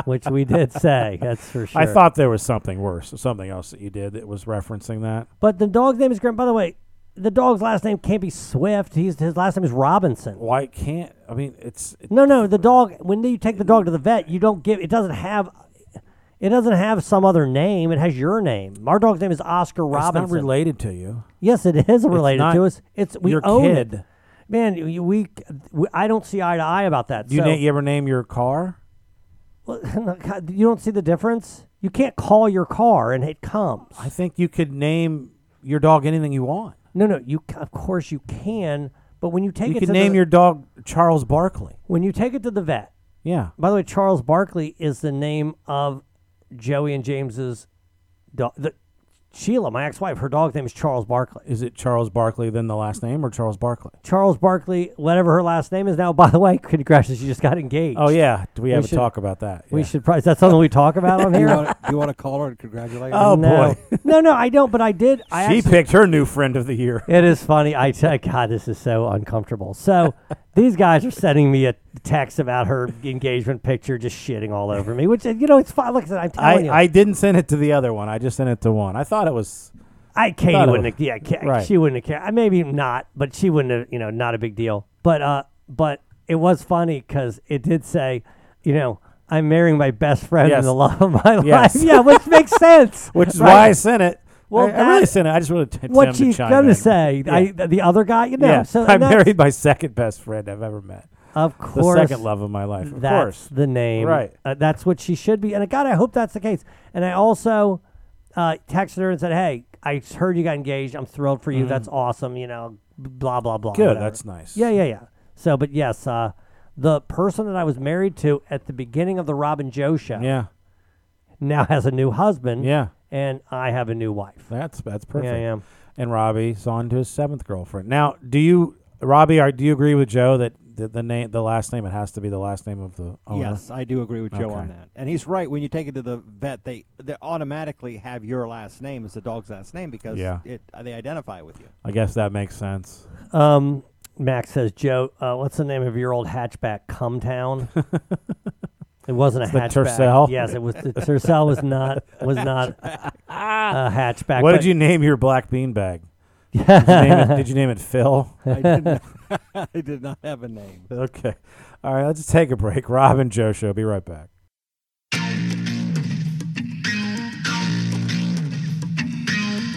Speaker 6: Which we did say. That's for sure.
Speaker 11: I thought there was something worse, something else that you did that was referencing that.
Speaker 6: But the dog's name is Graham. By the way, the dog's last name can't be Swift. He's, his last name is Robinson.
Speaker 11: Why can't I mean it's it,
Speaker 6: No, no, the dog. When you take the dog to the vet, you don't give. It doesn't have. It doesn't have some other name. It has your name. Our dog's name is Oscar Robinson.
Speaker 11: it's not related to you.
Speaker 6: yes, it is related
Speaker 11: not
Speaker 6: to us. It's we
Speaker 11: your
Speaker 6: own it.
Speaker 11: kid.
Speaker 6: Man, you- we, we I don't see eye to eye about that.
Speaker 11: You,
Speaker 6: so, (laughs)
Speaker 11: na- you ever name your car?
Speaker 6: Well, God, you don't see the difference. You can't call your car and it comes.
Speaker 11: I think you could name your dog anything you want.
Speaker 6: no, no, you c- of course you can, but when you take
Speaker 11: You
Speaker 6: it
Speaker 11: could
Speaker 6: to
Speaker 11: name
Speaker 6: the,
Speaker 11: your dog Charles Barkley.
Speaker 6: when you take it to the vet,
Speaker 11: Yeah.
Speaker 6: By the way, Charles Barkley is the name of Joey and James's dog. The, Sheila, my ex-wife, her dog's name is Charles Barkley.
Speaker 11: Is it Charles Barkley then the last name or Charles Barkley?
Speaker 6: Charles Barkley, whatever her last name is now. (laughs) By the way, congratulations, she just got engaged.
Speaker 11: Oh yeah. Do we
Speaker 6: We
Speaker 11: have a
Speaker 6: should-
Speaker 11: talk about that?
Speaker 6: we
Speaker 11: Yeah.
Speaker 6: should probably. Is that something we talk about (laughs) on
Speaker 2: Do you
Speaker 6: here?
Speaker 2: wanna- do you want to call her and congratulate her?
Speaker 11: Oh,
Speaker 6: no.
Speaker 11: boy.
Speaker 6: (laughs) no, no, I don't. But I did. I
Speaker 11: She
Speaker 6: actually-
Speaker 11: picked her new friend of the year.
Speaker 6: It is funny. I t- God, this is so uncomfortable. (laughs) So these guys are sending me a text about her engagement picture, just shitting all over me. Which you know, it's fine. Like I said, I'm telling
Speaker 11: (laughs) I,
Speaker 6: you,
Speaker 11: I didn't send it to the other one. I just sent it to one. I thought
Speaker 6: (laughs)
Speaker 11: it was
Speaker 6: I Katie
Speaker 11: Thought it
Speaker 6: wouldn't.
Speaker 11: was-
Speaker 6: Have, yeah, Ka-
Speaker 11: right.
Speaker 6: she wouldn't have cared. I Maybe not, but she wouldn't have. You know, not a big deal. But uh, but it was funny because it did say, you know, I'm marrying my best friend
Speaker 11: Yes.
Speaker 6: and the love of my
Speaker 11: Yes.
Speaker 6: life. Yeah, which
Speaker 11: (laughs)
Speaker 6: makes sense.
Speaker 11: which is
Speaker 6: right?
Speaker 11: why I sent it.
Speaker 6: Well,
Speaker 11: I, I really
Speaker 6: that-
Speaker 11: sent it. I just wanted to tempt him
Speaker 6: what
Speaker 11: to
Speaker 6: she's
Speaker 11: chime
Speaker 6: gonna
Speaker 11: in.
Speaker 6: say.
Speaker 11: Yeah.
Speaker 6: I, the other guy, you know.
Speaker 11: yeah.
Speaker 6: So
Speaker 11: I
Speaker 6: and that's-
Speaker 11: married my second best friend I've ever met.
Speaker 6: Of
Speaker 11: The
Speaker 6: course,
Speaker 11: second love of my life. Of
Speaker 6: that's
Speaker 11: course.
Speaker 6: the name.
Speaker 11: Right.
Speaker 6: Uh, that's what she should be. And uh, God, I hope that's the case. And I also uh, texted her and said, "Hey, I heard you got engaged. I'm thrilled for you. That's awesome. You know, blah blah blah.
Speaker 11: Mm-hmm. Good.
Speaker 6: whatever."
Speaker 11: That's nice.
Speaker 6: Yeah, yeah, yeah. So, but yes, uh, the person that I was married to at the beginning of the Robin Joe show
Speaker 11: Yeah.
Speaker 6: now has a new husband.
Speaker 11: Yeah.
Speaker 6: and I have a new wife.
Speaker 11: That's that's perfect.
Speaker 6: yeah.
Speaker 11: And Robbie's on to his seventh girlfriend. Now, do you, Robbie? Are, do you agree with Joe that the, the name, the last name, it has to be the last name of the owner?
Speaker 2: Yes, I do agree with Joe on
Speaker 11: Okay.
Speaker 2: that. And he's right. When you take it to the vet, they they automatically have your last name as the dog's last name because
Speaker 11: Yeah.
Speaker 2: it they identify
Speaker 6: (laughs)
Speaker 2: with you.
Speaker 11: I guess that makes sense.
Speaker 6: Um, Max says, Joe, uh, what's the name of your old hatchback? Come
Speaker 11: (laughs)
Speaker 6: Town. it wasn't a
Speaker 11: the
Speaker 6: hatchback.
Speaker 11: Tercel?
Speaker 6: Yes, it was. The
Speaker 11: (laughs)
Speaker 6: Tercel was not was not a hatchback.
Speaker 11: what
Speaker 6: but (laughs)
Speaker 11: did you name your black bean bag? did, you name it, did you name it Phil? (laughs)
Speaker 2: I did not, (laughs) I did not have a name.
Speaker 11: Okay. All right, let's take a break. Rob and Joe Show. Be right back.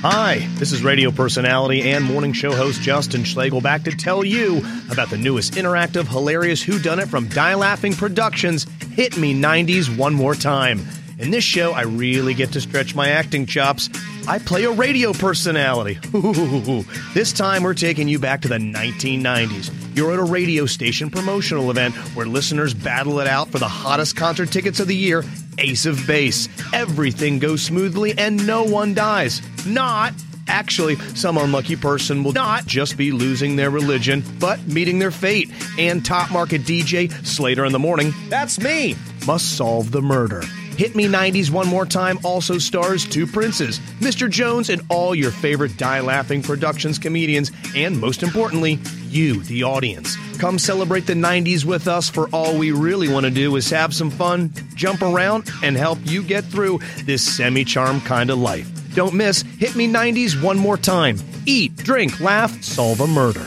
Speaker 13: Hi, this is radio personality and morning show host Justin Schlegel back to tell you about the newest interactive, hilarious Who Done It from Die Laughing Productions, Hit Me 90s One More Time. In this show, I really get to stretch my acting chops. I play a radio personality. (laughs) Ooh. This time, we're taking you back to the 1990s. You're at a radio station promotional event where listeners battle it out for the hottest concert tickets of the year Ace of Base. Everything goes smoothly and no one dies. Not. Actually, some unlucky person will not just be losing their religion, but meeting their fate. And top market DJ Slater in the morning, that's me, must solve the murder. Hit Me 90s One More Time also stars two princes, Mr. Jones and all your favorite Die Laughing Productions comedians, and most importantly, you, the audience. Come celebrate the 90s with us, for all we really want to do is have some fun, jump around, and help you get through this semi charm kind of life. Don't miss Hit Me 90s One More Time. Eat, drink, laugh, solve a murder.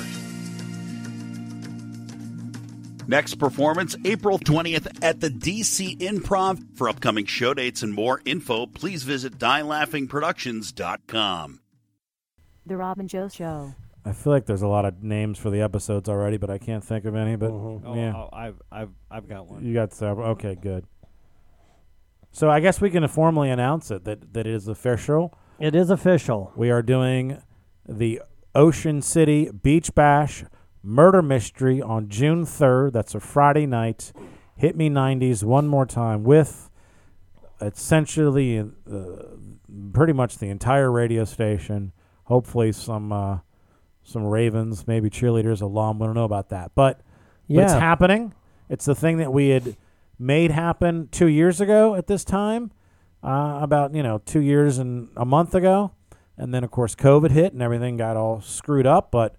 Speaker 4: Next performance, April 20th at the DC Improv. For upcoming show dates and more info, please visit dielaughingproductions.com.
Speaker 14: The Rob and Joe Show.
Speaker 11: I feel like there's a lot of names for the episodes already, but I can't think of any. But
Speaker 6: Mm-hmm.
Speaker 2: Oh,
Speaker 11: yeah,
Speaker 2: oh, I've, I've, I've got one.
Speaker 11: you got several. Okay, good. So I guess we can formally announce it that that it is official.
Speaker 6: It is official.
Speaker 11: We are doing the Ocean City Beach Bash Murder Mystery on June 3rd. That's a Friday night. Hit me 90s one more time with essentially uh, pretty much the entire radio station. Hopefully some uh, some Ravens, maybe cheerleaders, alum. We don't know about that, but, but it's
Speaker 6: Yeah.
Speaker 11: happening. It's the thing that we had made happen two years ago at this time, uh, about you know two years and a month ago, and then of course COVID hit and everything got all screwed up. But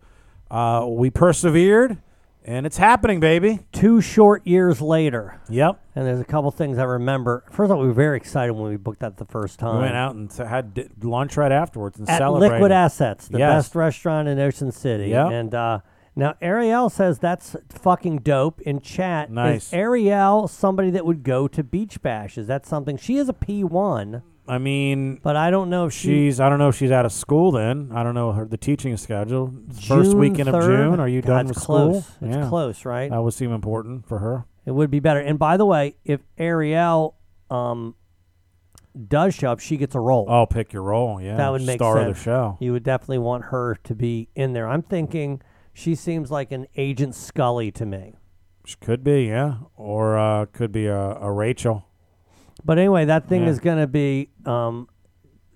Speaker 11: uh, we persevered, and it's happening, baby.
Speaker 6: Two short years later.
Speaker 11: Yep.
Speaker 6: And there's a couple things I remember. First of all, we were very excited when we booked that the first time.
Speaker 11: we went out and s- had di- lunch right afterwards and
Speaker 6: Um, at
Speaker 11: celebrated.
Speaker 6: Liquid Assets, the
Speaker 11: Yes.
Speaker 6: best restaurant in Ocean City.
Speaker 11: Yep.
Speaker 6: And uh, now Ariel says that's fucking dope in chat.
Speaker 11: Nice.
Speaker 6: Is Ariel somebody that would go to beach bash? Is that something? She is a P1.
Speaker 11: I mean,
Speaker 6: but I don't know if she-
Speaker 11: she's. I don't know if she's out of school. Then I don't know her the teaching schedule. First
Speaker 6: June
Speaker 11: weekend of
Speaker 6: 3rd?
Speaker 11: June. Are you
Speaker 6: God,
Speaker 11: done
Speaker 6: it's
Speaker 11: with
Speaker 6: close.
Speaker 11: school?
Speaker 6: It's close, right?
Speaker 11: That would seem important for her.
Speaker 6: It would be better. And by the way, if Ariel um, does show up, she gets a role.
Speaker 11: Oh, pick your role. Yeah,
Speaker 6: that would make
Speaker 11: star
Speaker 6: sense.
Speaker 11: of the show.
Speaker 6: You would definitely want her to be in there. I'm thinking she seems like an Agent Scully to me.
Speaker 11: She could be, yeah, or uh, could be a, a Rachel.
Speaker 6: But anyway, that thing
Speaker 11: Yeah.
Speaker 6: is going to be um,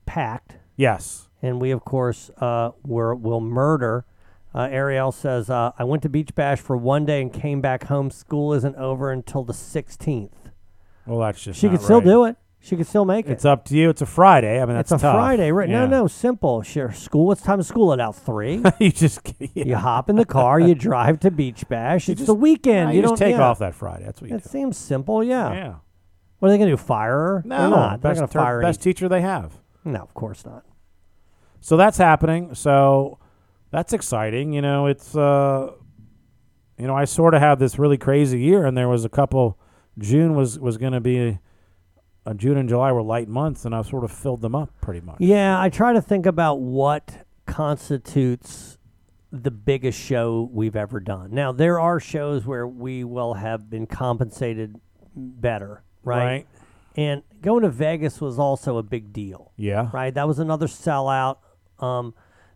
Speaker 6: packed.
Speaker 11: Yes.
Speaker 6: And we, of course, uh, were, will murder. Uh, Ariel says, uh, I went to Beach Bash for one day and came back home. School isn't over until the 16th.
Speaker 11: Well, that's just
Speaker 6: she
Speaker 11: not
Speaker 6: could still
Speaker 11: right.
Speaker 6: do it. She could still make it.
Speaker 11: It's up to you. It's a Friday. I mean, that's
Speaker 6: it's a
Speaker 11: tough.
Speaker 6: Friday, right?
Speaker 11: Yeah.
Speaker 6: No, no, simple. Sure, school. What's time of school? At out three.
Speaker 11: (laughs) you just you
Speaker 6: hop in the car,
Speaker 11: (laughs)
Speaker 6: you drive to Beach Bash. it's the weekend.
Speaker 11: Nah,
Speaker 6: you,
Speaker 11: you just
Speaker 6: don't
Speaker 11: take
Speaker 6: yeah.
Speaker 11: off that Friday. That's what you
Speaker 6: It seems simple. Yeah.
Speaker 11: Yeah.
Speaker 6: What are they gonna do? Fire her? They're
Speaker 11: No,
Speaker 6: not. They're
Speaker 11: best
Speaker 6: not
Speaker 11: ter-
Speaker 6: gonna fire
Speaker 11: best teacher they have.
Speaker 6: any- No, of course not.
Speaker 11: So that's happening. So that's exciting. You know, it's uh, you know, I sort of had this really crazy year, and there was a couple. June was was going to be a, June and July were light months, and I sort of filled them up pretty much.
Speaker 6: Yeah, I try to think about what constitutes the biggest show we've ever done. Now, there are shows where we will have been compensated better, right?
Speaker 11: Right.
Speaker 6: And going to Vegas was also a big deal.
Speaker 11: Yeah.
Speaker 6: Right? That was another sellout. Um,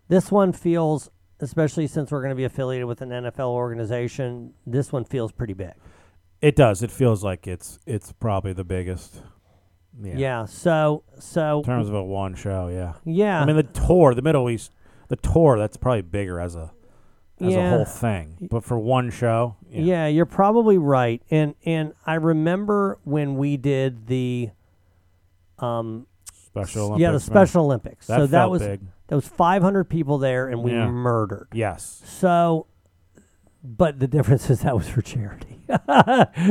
Speaker 6: this one feels, especially since we're going to be affiliated with an NFL organization, this one feels pretty big.
Speaker 11: It does. It feels like it's it's probably the biggest. Yeah.
Speaker 6: so, so.
Speaker 11: In terms of a one show, yeah.
Speaker 6: Yeah.
Speaker 11: I mean the tour, the Middle East, the tour that's probably bigger as a as a
Speaker 6: Yeah.
Speaker 11: whole thing, but for one show,
Speaker 6: Yeah. you're probably right. And and I remember when we did the um
Speaker 11: Special
Speaker 6: s- Yeah, the
Speaker 11: Olympics, man.
Speaker 6: Special Olympics.
Speaker 11: That
Speaker 6: so that
Speaker 11: felt
Speaker 6: was
Speaker 11: big.
Speaker 6: that was 500 people there and we
Speaker 11: Yeah.
Speaker 6: murdered.
Speaker 11: Yes.
Speaker 6: So but the difference is that was for charity. (laughs)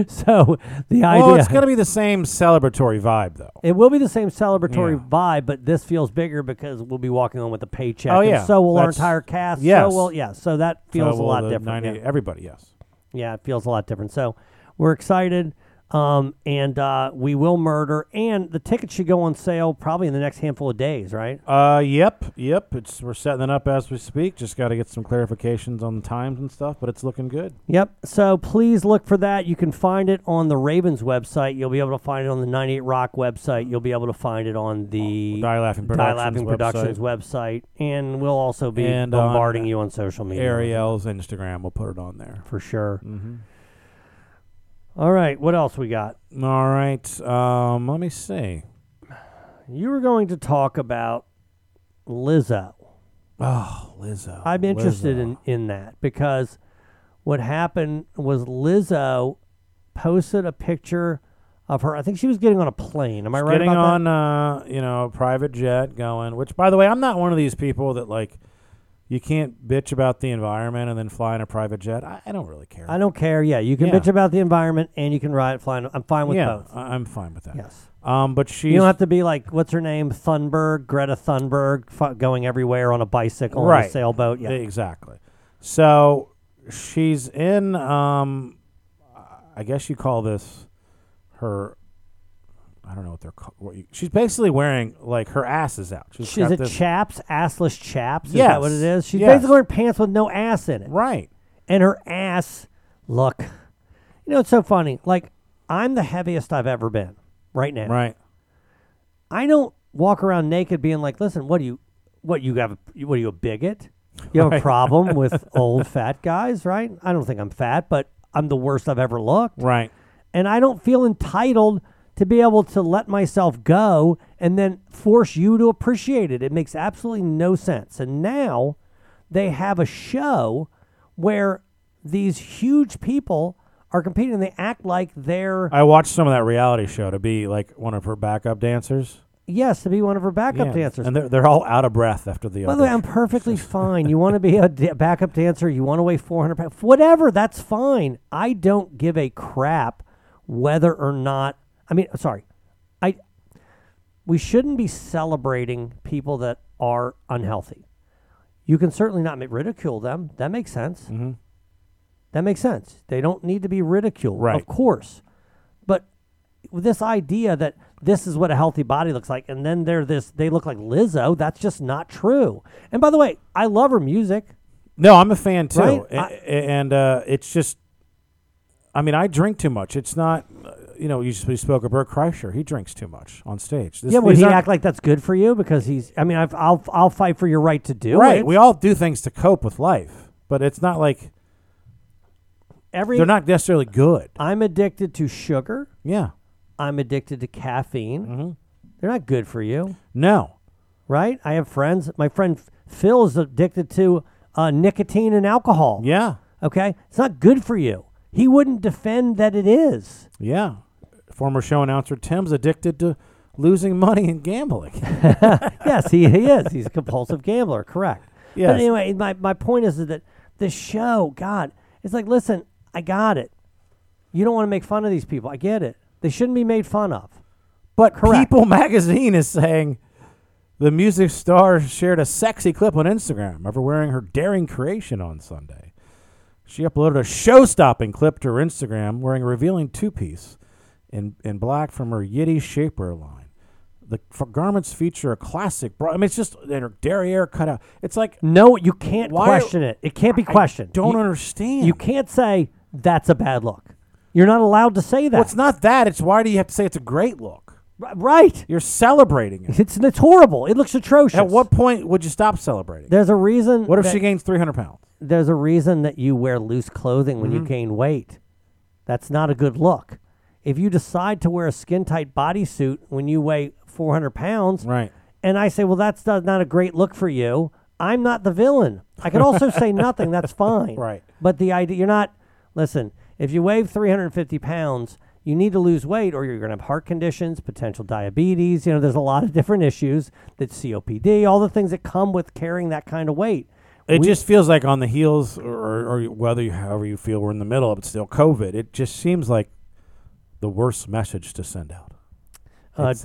Speaker 6: so the idea
Speaker 11: Well, Oh, it's going to be the same celebratory vibe, though.
Speaker 6: It will be the same celebratory vibe, but this feels bigger because we'll be walking on with a paycheck.
Speaker 11: Oh,
Speaker 6: and
Speaker 11: yeah.
Speaker 6: so will our
Speaker 11: That's-
Speaker 6: entire cast.
Speaker 11: yes.
Speaker 6: So will yeah. So that
Speaker 11: So
Speaker 6: feels a
Speaker 11: will
Speaker 6: lot
Speaker 11: the
Speaker 6: different.
Speaker 11: 90
Speaker 6: yeah.
Speaker 11: Everybody, yes.
Speaker 6: Yeah, it feels a lot different. So we're excited. Um, and uh, we will murder. And the tickets should go on sale probably in the next handful of days, right?
Speaker 11: Uh, yep, yep. It's we're setting it up as we speak. Just got to get some clarifications on the times and stuff, but it's looking good.
Speaker 6: Yep. So please look for that. You can find it on the Ravens website. You'll be able to find it on the 98 Rock website. You'll be able to find it on the Die
Speaker 11: Oh, Laughing Productions
Speaker 6: Productions website. And we'll also be
Speaker 11: And on
Speaker 6: bombarding you on social media.
Speaker 11: Ariel's Instagram, we'll put it on there
Speaker 6: for sure.
Speaker 11: Mm-hmm.
Speaker 6: All right. What else we got?
Speaker 11: All right. Um, let me see.
Speaker 6: You were going to talk about Lizzo.
Speaker 11: Oh, Lizzo.
Speaker 6: I'm interested in, in that because what happened was Lizzo posted a picture of her. I think she was getting on a plane. Am I
Speaker 11: She's
Speaker 6: right
Speaker 11: getting
Speaker 6: about
Speaker 11: on uh, you know a private jet going which by the way i'm not one of these people that like you can't bitch about the environment and then fly in a private jet i, I don't really care
Speaker 6: that? I don't care. Yeah, you can
Speaker 11: Yeah.
Speaker 6: bitch about the environment and you can ride flying. I'm fine with
Speaker 11: yeah
Speaker 6: both.
Speaker 11: I, i'm fine with that
Speaker 6: Yes.
Speaker 11: um but she
Speaker 6: you don't have to be like what's her name Thunberg, Greta Thunberg, fu- going everywhere on a bicycle on
Speaker 11: Right.
Speaker 6: a sailboat. Yeah,
Speaker 11: exactly. So she's in. Um, I guess you call this her. I don't know what they're called. What you, she's basically wearing like her ass is out. She's,
Speaker 6: She's
Speaker 11: got
Speaker 6: a
Speaker 11: this,
Speaker 6: chaps, assless chaps. Is
Speaker 11: Yes.
Speaker 6: that what it is? She's
Speaker 11: Yes.
Speaker 6: basically wearing pants with no ass in it.
Speaker 11: Right.
Speaker 6: And her ass, look, you know, it's so funny. Like, I'm the heaviest I've ever been right now.
Speaker 11: Right.
Speaker 6: I don't walk around naked being like, listen, what do you, what you have, what are you, a bigot? You have a
Speaker 11: Right. (laughs)
Speaker 6: problem with old fat guys, right? I don't think I'm fat, but I'm the worst I've ever looked.
Speaker 11: Right.
Speaker 6: And I don't feel entitled to be able to let myself go and then force you to appreciate it. It makes absolutely no sense. And now they have a show where these huge people are competing and they act like they're
Speaker 11: I watched some of that reality show to be like one of her backup dancers.
Speaker 6: yes to be one of her backup
Speaker 11: Yeah.
Speaker 6: dancers.
Speaker 11: and they're, they're all out of breath after the.
Speaker 6: By the way, I'm
Speaker 11: audition.
Speaker 6: perfectly fine. You want to be a da- backup dancer, you want to weigh 400 pounds, whatever, that's fine. I don't give a crap whether or not. I mean, uh, sorry. I we shouldn't be celebrating people that are unhealthy. You can certainly not ma- ridicule them. That makes sense.
Speaker 11: Mm-hmm.
Speaker 6: That makes sense. They don't need to be ridiculed,
Speaker 11: Right.
Speaker 6: of course. But this idea that this is what a healthy body looks like, and then they're this, they look like Lizzo. That's just not true. And by the way, I love her music.
Speaker 11: No, I'm a fan too,
Speaker 6: Right?
Speaker 11: A-
Speaker 6: I-
Speaker 11: a- and uh, it's just. I mean, I drink too much. It's not, uh, you know, you, s- we spoke of Bert Kreischer. He drinks too much on stage. This-
Speaker 6: yeah, would
Speaker 11: these
Speaker 6: he
Speaker 11: aren't-
Speaker 6: act like that's good for you? Because he's, I mean, I've, I'll, I'll fight for your right to do
Speaker 11: right.
Speaker 6: it.
Speaker 11: We all do things to cope with life, but it's not like
Speaker 6: Every,
Speaker 11: they're not necessarily good.
Speaker 6: I'm addicted to sugar.
Speaker 11: Yeah.
Speaker 6: I'm addicted to caffeine.
Speaker 11: Mm-hmm.
Speaker 6: They're not good for you.
Speaker 11: No.
Speaker 6: Right? I have friends. My friend Phil is addicted to uh, nicotine and alcohol.
Speaker 11: Yeah.
Speaker 6: Okay? It's not good for you. He wouldn't defend that it
Speaker 11: (laughs)
Speaker 6: is.
Speaker 11: Yeah. Former show announcer Tim's addicted to losing money and gambling. (laughs)
Speaker 6: yes, he, he is. He's a compulsive gambler. Correct.
Speaker 11: Yes.
Speaker 6: But anyway, my, my point is that the show, God, it's like, listen, I got it. You don't want to make fun of these people. I get it. They shouldn't be made fun of.
Speaker 11: But
Speaker 6: Correct.
Speaker 11: People (laughs) Magazine is saying the music star shared a sexy clip on Instagram of her wearing her daring creation on Sunday. She uploaded a show stopping clip to her Instagram wearing a revealing two piece in, in black from her Yiddy Shaper line. The f- garments feature a classic bra. I mean, it's just and her derriere cut out. It's like
Speaker 6: No, you can't
Speaker 11: Why-
Speaker 6: question it. It can't be
Speaker 11: I
Speaker 6: questioned.
Speaker 11: don't
Speaker 6: You-
Speaker 11: understand.
Speaker 6: You can't say that's a bad look. You're not allowed to say that.
Speaker 11: Well, it's not that. It's why do you have to say it's a great look?
Speaker 6: R- right.
Speaker 11: You're celebrating it.
Speaker 6: It's it's horrible. It looks atrocious.
Speaker 11: At what point would you stop celebrating?
Speaker 6: There's a reason.
Speaker 11: What if
Speaker 6: that-
Speaker 11: she gains 300 pounds?
Speaker 6: There's a reason that you wear loose clothing when
Speaker 11: Mm-hmm.
Speaker 6: you gain weight. That's not a good look. If you decide to wear a skin tight bodysuit when you weigh 400 pounds,
Speaker 11: Right.
Speaker 6: and I say, well, that's not not a great look for you. I'm not the villain. I could also
Speaker 11: (laughs)
Speaker 6: say nothing. That's fine.
Speaker 11: Right.
Speaker 6: But the idea, you're not, listen, if you weigh 350 pounds, you need to lose weight or you're going to have heart conditions, potential diabetes. You know, there's a lot of different issues that COPD, all the things that come with carrying that kind of weight.
Speaker 11: It just feels like on the heels, or, or, or whether you, however you feel, we're in the middle of it still. COVID. It just seems like the worst message to send out.
Speaker 6: Uh,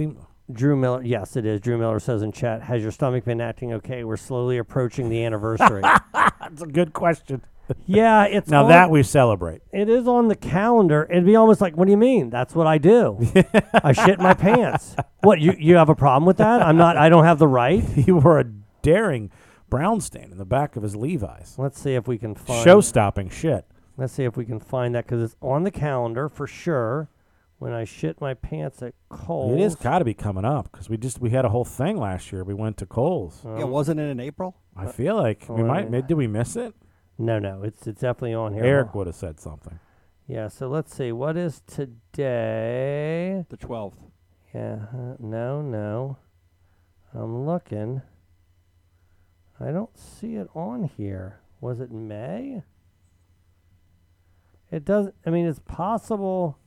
Speaker 6: Drew Miller, yes, it is. Drew Miller says in chat, "Has your stomach been acting okay? We're slowly approaching the
Speaker 11: (laughs)
Speaker 6: anniversary."
Speaker 11: That's a good question.
Speaker 6: yeah, it's
Speaker 11: now
Speaker 6: on-
Speaker 11: that we celebrate. (laughs)
Speaker 6: It is on the calendar. It'd be almost like, "What do you mean? That's what I do. I shit my
Speaker 11: (laughs)
Speaker 6: pants. What you you have a problem with that? I'm not. I don't have the right."
Speaker 11: You were a daring brown stain in the back of his Levi's.
Speaker 6: Let's see if we can find
Speaker 11: Show-stopping shit.
Speaker 6: Let's see if we can find that because it's on the calendar for sure. When I shit my pants at Kohl's,
Speaker 11: It is got to be coming up because we just we had a whole thing last year. We went to Coles.
Speaker 2: yeah, wasn't it in April?
Speaker 11: I feel like we
Speaker 6: Well,
Speaker 11: might. Did we miss it?
Speaker 6: No, no, it's it's definitely on here.
Speaker 11: Eric would have said something.
Speaker 6: Yeah, so let's see. What is today?
Speaker 2: The 12th.
Speaker 6: Yeah, uh, no, no. I'm looking. I don't see it on here. Was it May? It doesn't, I mean, it's possible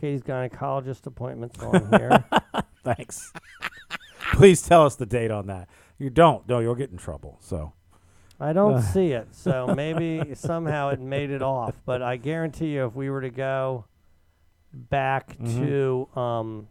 Speaker 6: Katie's gynecologist appointment's on here.
Speaker 11: (laughs) Thanks. Please tell us the date on that. You don't. No, you'll get in trouble. So
Speaker 6: I don't
Speaker 11: Uh.
Speaker 6: see it, so maybe somehow it made it off. But I guarantee you, if we were to go back to um,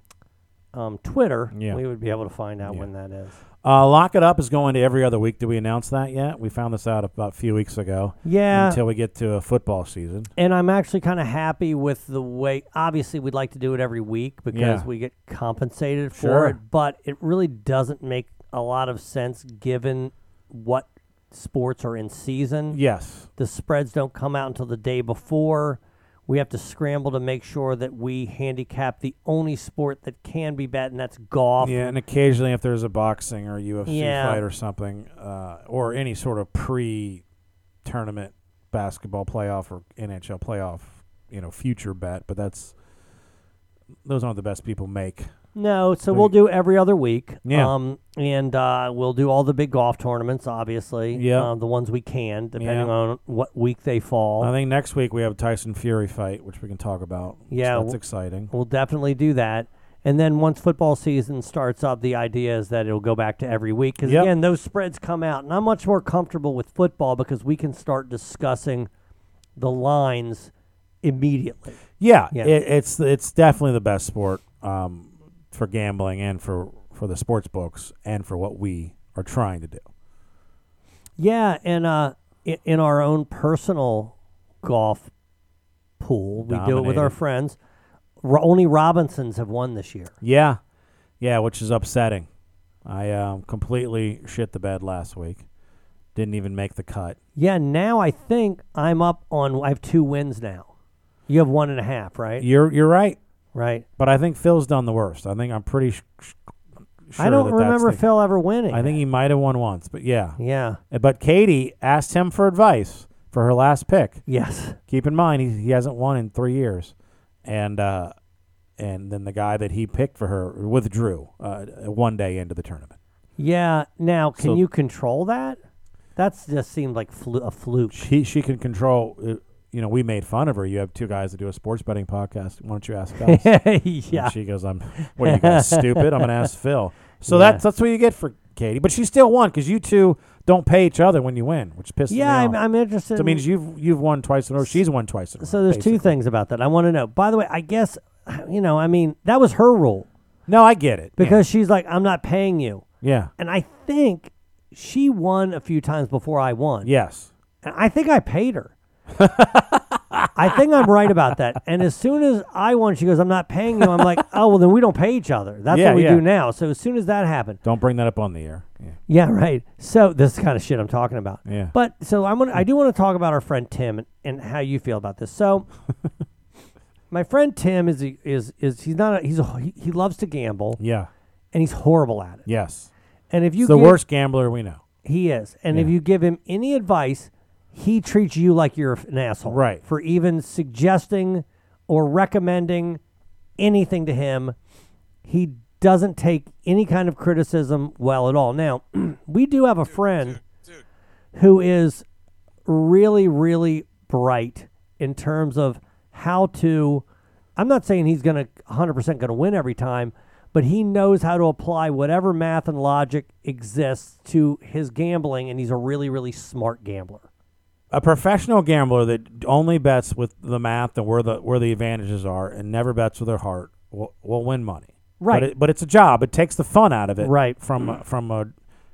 Speaker 6: um, Twitter,
Speaker 11: Yeah.
Speaker 6: we would be able to find out when that is.
Speaker 11: Uh, Lock It Up is going to every other week. Did we announce that yet? We found this out about a few weeks ago.
Speaker 6: Yeah.
Speaker 11: Until we get to a football season.
Speaker 6: And I'm actually kind of happy with the way. Obviously, we'd like to do it every week because
Speaker 11: Yeah.
Speaker 6: we get compensated for
Speaker 11: Sure.
Speaker 6: it, but it really doesn't make a lot of sense given what sports are in season.
Speaker 11: Yes.
Speaker 6: The spreads don't come out until the day before. We have to scramble to make sure that we handicap the only sport that can be bet, and that's golf.
Speaker 11: Yeah, and occasionally if there's a boxing or UFC
Speaker 6: Yeah.
Speaker 11: fight or something, uh, or any sort of pre-tournament basketball playoff or NHL playoff, you know, future bet. But that's those aren't the best people make.
Speaker 6: No, so we'll do every other week.
Speaker 11: Yeah.
Speaker 6: Um, and uh, we'll do all the big golf tournaments, obviously.
Speaker 11: Yeah.
Speaker 6: Uh, the ones we can, depending
Speaker 11: Yeah.
Speaker 6: on what week they fall.
Speaker 11: I think next week we have a Tyson Fury fight, which we can talk about. so
Speaker 6: yeah,
Speaker 11: that's
Speaker 6: w-
Speaker 11: exciting.
Speaker 6: We'll definitely do that. And then once football season starts up, the idea is that it'll go back to every week. Because
Speaker 11: Yep.
Speaker 6: again, those spreads come out, and I'm much more comfortable with football because we can start discussing the lines immediately.
Speaker 11: Yeah,
Speaker 6: Yeah.
Speaker 11: It, it's it's definitely the best sport um, for gambling and for for the sports books and for what we are trying to do.
Speaker 6: Yeah, and uh, in, in our own personal golf pool, we do it with our
Speaker 11: Dominated.
Speaker 6: friends. Ro- only Robinsons have won this year.
Speaker 11: Yeah, yeah, which is upsetting. I um, completely shit the bed last week. Didn't even make the cut.
Speaker 6: Yeah, now I think I'm up on. I have two wins now. You have one and a half, right?
Speaker 11: You're you're right,
Speaker 6: right.
Speaker 11: But I think Phil's done the worst. I think I'm pretty. Sh- sh- sure
Speaker 6: I don't
Speaker 11: that that's
Speaker 6: remember
Speaker 11: the-
Speaker 6: Phil ever winning.
Speaker 11: I think he might have won once, but yeah.
Speaker 6: Yeah.
Speaker 11: Uh, But Katie asked him for advice for her last pick.
Speaker 6: Yes.
Speaker 11: Keep in mind he, he hasn't won in three years, and uh, and then the guy that he picked for her withdrew uh, one day into the tournament.
Speaker 6: Yeah. Now, can
Speaker 11: So-
Speaker 6: you control that? That's just seemed like flu- a fluke.
Speaker 11: She she can control. Uh, you know, we made fun of her. You have two guys that do a sports betting podcast. Why don't you ask
Speaker 6: (laughs)
Speaker 11: us? And
Speaker 6: Yeah.
Speaker 11: she goes, "I'm. What are
Speaker 6: (laughs)
Speaker 11: you guys stupid? I'm gonna ask Phil." So
Speaker 6: Yeah.
Speaker 11: that's that's what you get for Katie. But she still won because you two don't pay each other when you win, which pisses me
Speaker 6: Yeah,
Speaker 11: off.
Speaker 6: I'm, I'm interested.
Speaker 11: So it
Speaker 6: in-
Speaker 11: means you've you've won twice in a row. She's won twice in a row.
Speaker 6: So there's two things about that I want to know. By the way, I guess you know, I mean, that was her rule
Speaker 11: No, I get it.
Speaker 6: because she's like, I'm not paying you,
Speaker 11: yeah,
Speaker 6: and I think she won a few times before I won.
Speaker 11: yes,
Speaker 6: and I think I paid her. (laughs) I think I'm right about that. And as soon as I won, she goes, "I'm not paying you." I'm like, (laughs) "Oh well, then we don't pay each other." That's
Speaker 11: Yeah,
Speaker 6: what we
Speaker 11: yeah.
Speaker 6: do now. So as soon as that happened,
Speaker 11: don't bring that up on the air. Yeah,
Speaker 6: yeah, right. So this is the kind of shit I'm talking about.
Speaker 11: Yeah.
Speaker 6: But so I'm gonna, I do want to talk about our friend Tim and, and how you feel about this.
Speaker 11: (laughs)
Speaker 6: So my friend Tim is a- is is he's not a, he's a, he, he loves to gamble.
Speaker 11: Yeah.
Speaker 6: And he's horrible at it.
Speaker 11: yes.
Speaker 6: And if you
Speaker 11: He's the
Speaker 6: give-
Speaker 11: worst gambler we know.
Speaker 6: he is. And if
Speaker 11: Yeah.
Speaker 6: you give him any advice, he treats you like you're an asshole.
Speaker 11: Right.
Speaker 6: For even suggesting or recommending anything to him, he doesn't take any kind of criticism well at all. Now, (clears throat) we do have a friend who is really, really bright in terms of how to. I'm not saying he's going to 100% going to win every time, but he knows how to apply whatever math and logic exists to his gambling, and he's a really, really smart gambler.
Speaker 11: a professional gambler that only bets with the math and where the where the advantages are and never bets with their heart will, will win money.
Speaker 6: Right.
Speaker 11: But, it, but it's a job. It takes the fun out of it.
Speaker 6: Right.
Speaker 11: From a- from a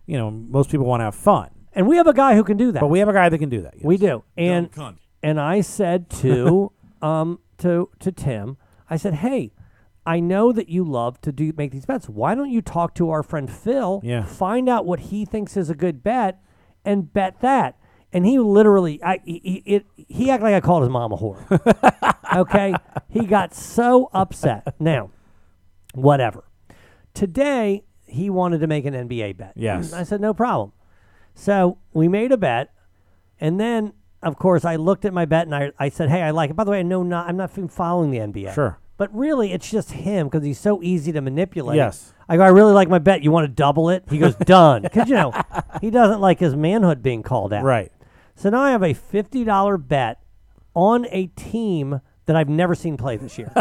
Speaker 11: you know most people want to have fun.
Speaker 6: And we have a guy who can do that.
Speaker 11: But we have a guy that can do that.
Speaker 6: We do. And and I said
Speaker 11: (laughs)
Speaker 6: to um to to Tim, I said, "Hey, I know that you love to do make these bets. Why don't you talk to our friend Phil?
Speaker 11: Yeah.
Speaker 6: Find out what he thinks is a good bet and bet that." And he literally, I he, he- it he acted like I called his mom a
Speaker 11: (laughs)
Speaker 6: whore. okay, he got so upset. Now, whatever. Today he wanted to make an NBA bet.
Speaker 11: Yes.
Speaker 6: I said no problem. So we made a bet, and then of course I looked at my bet and I, I said, hey, I like it. By the way, I know not I'm not f- following the NBA.
Speaker 11: Sure.
Speaker 6: But really, it's just him because he's so easy to manipulate.
Speaker 11: Yes.
Speaker 6: I go, I really like my bet. You want to double it? He goes, done. Because, you
Speaker 11: (laughs)
Speaker 6: know, he doesn't like his manhood being called out.
Speaker 11: Right.
Speaker 6: So now I have a $50 bet on a team that I've never seen play this
Speaker 11: (laughs)
Speaker 6: year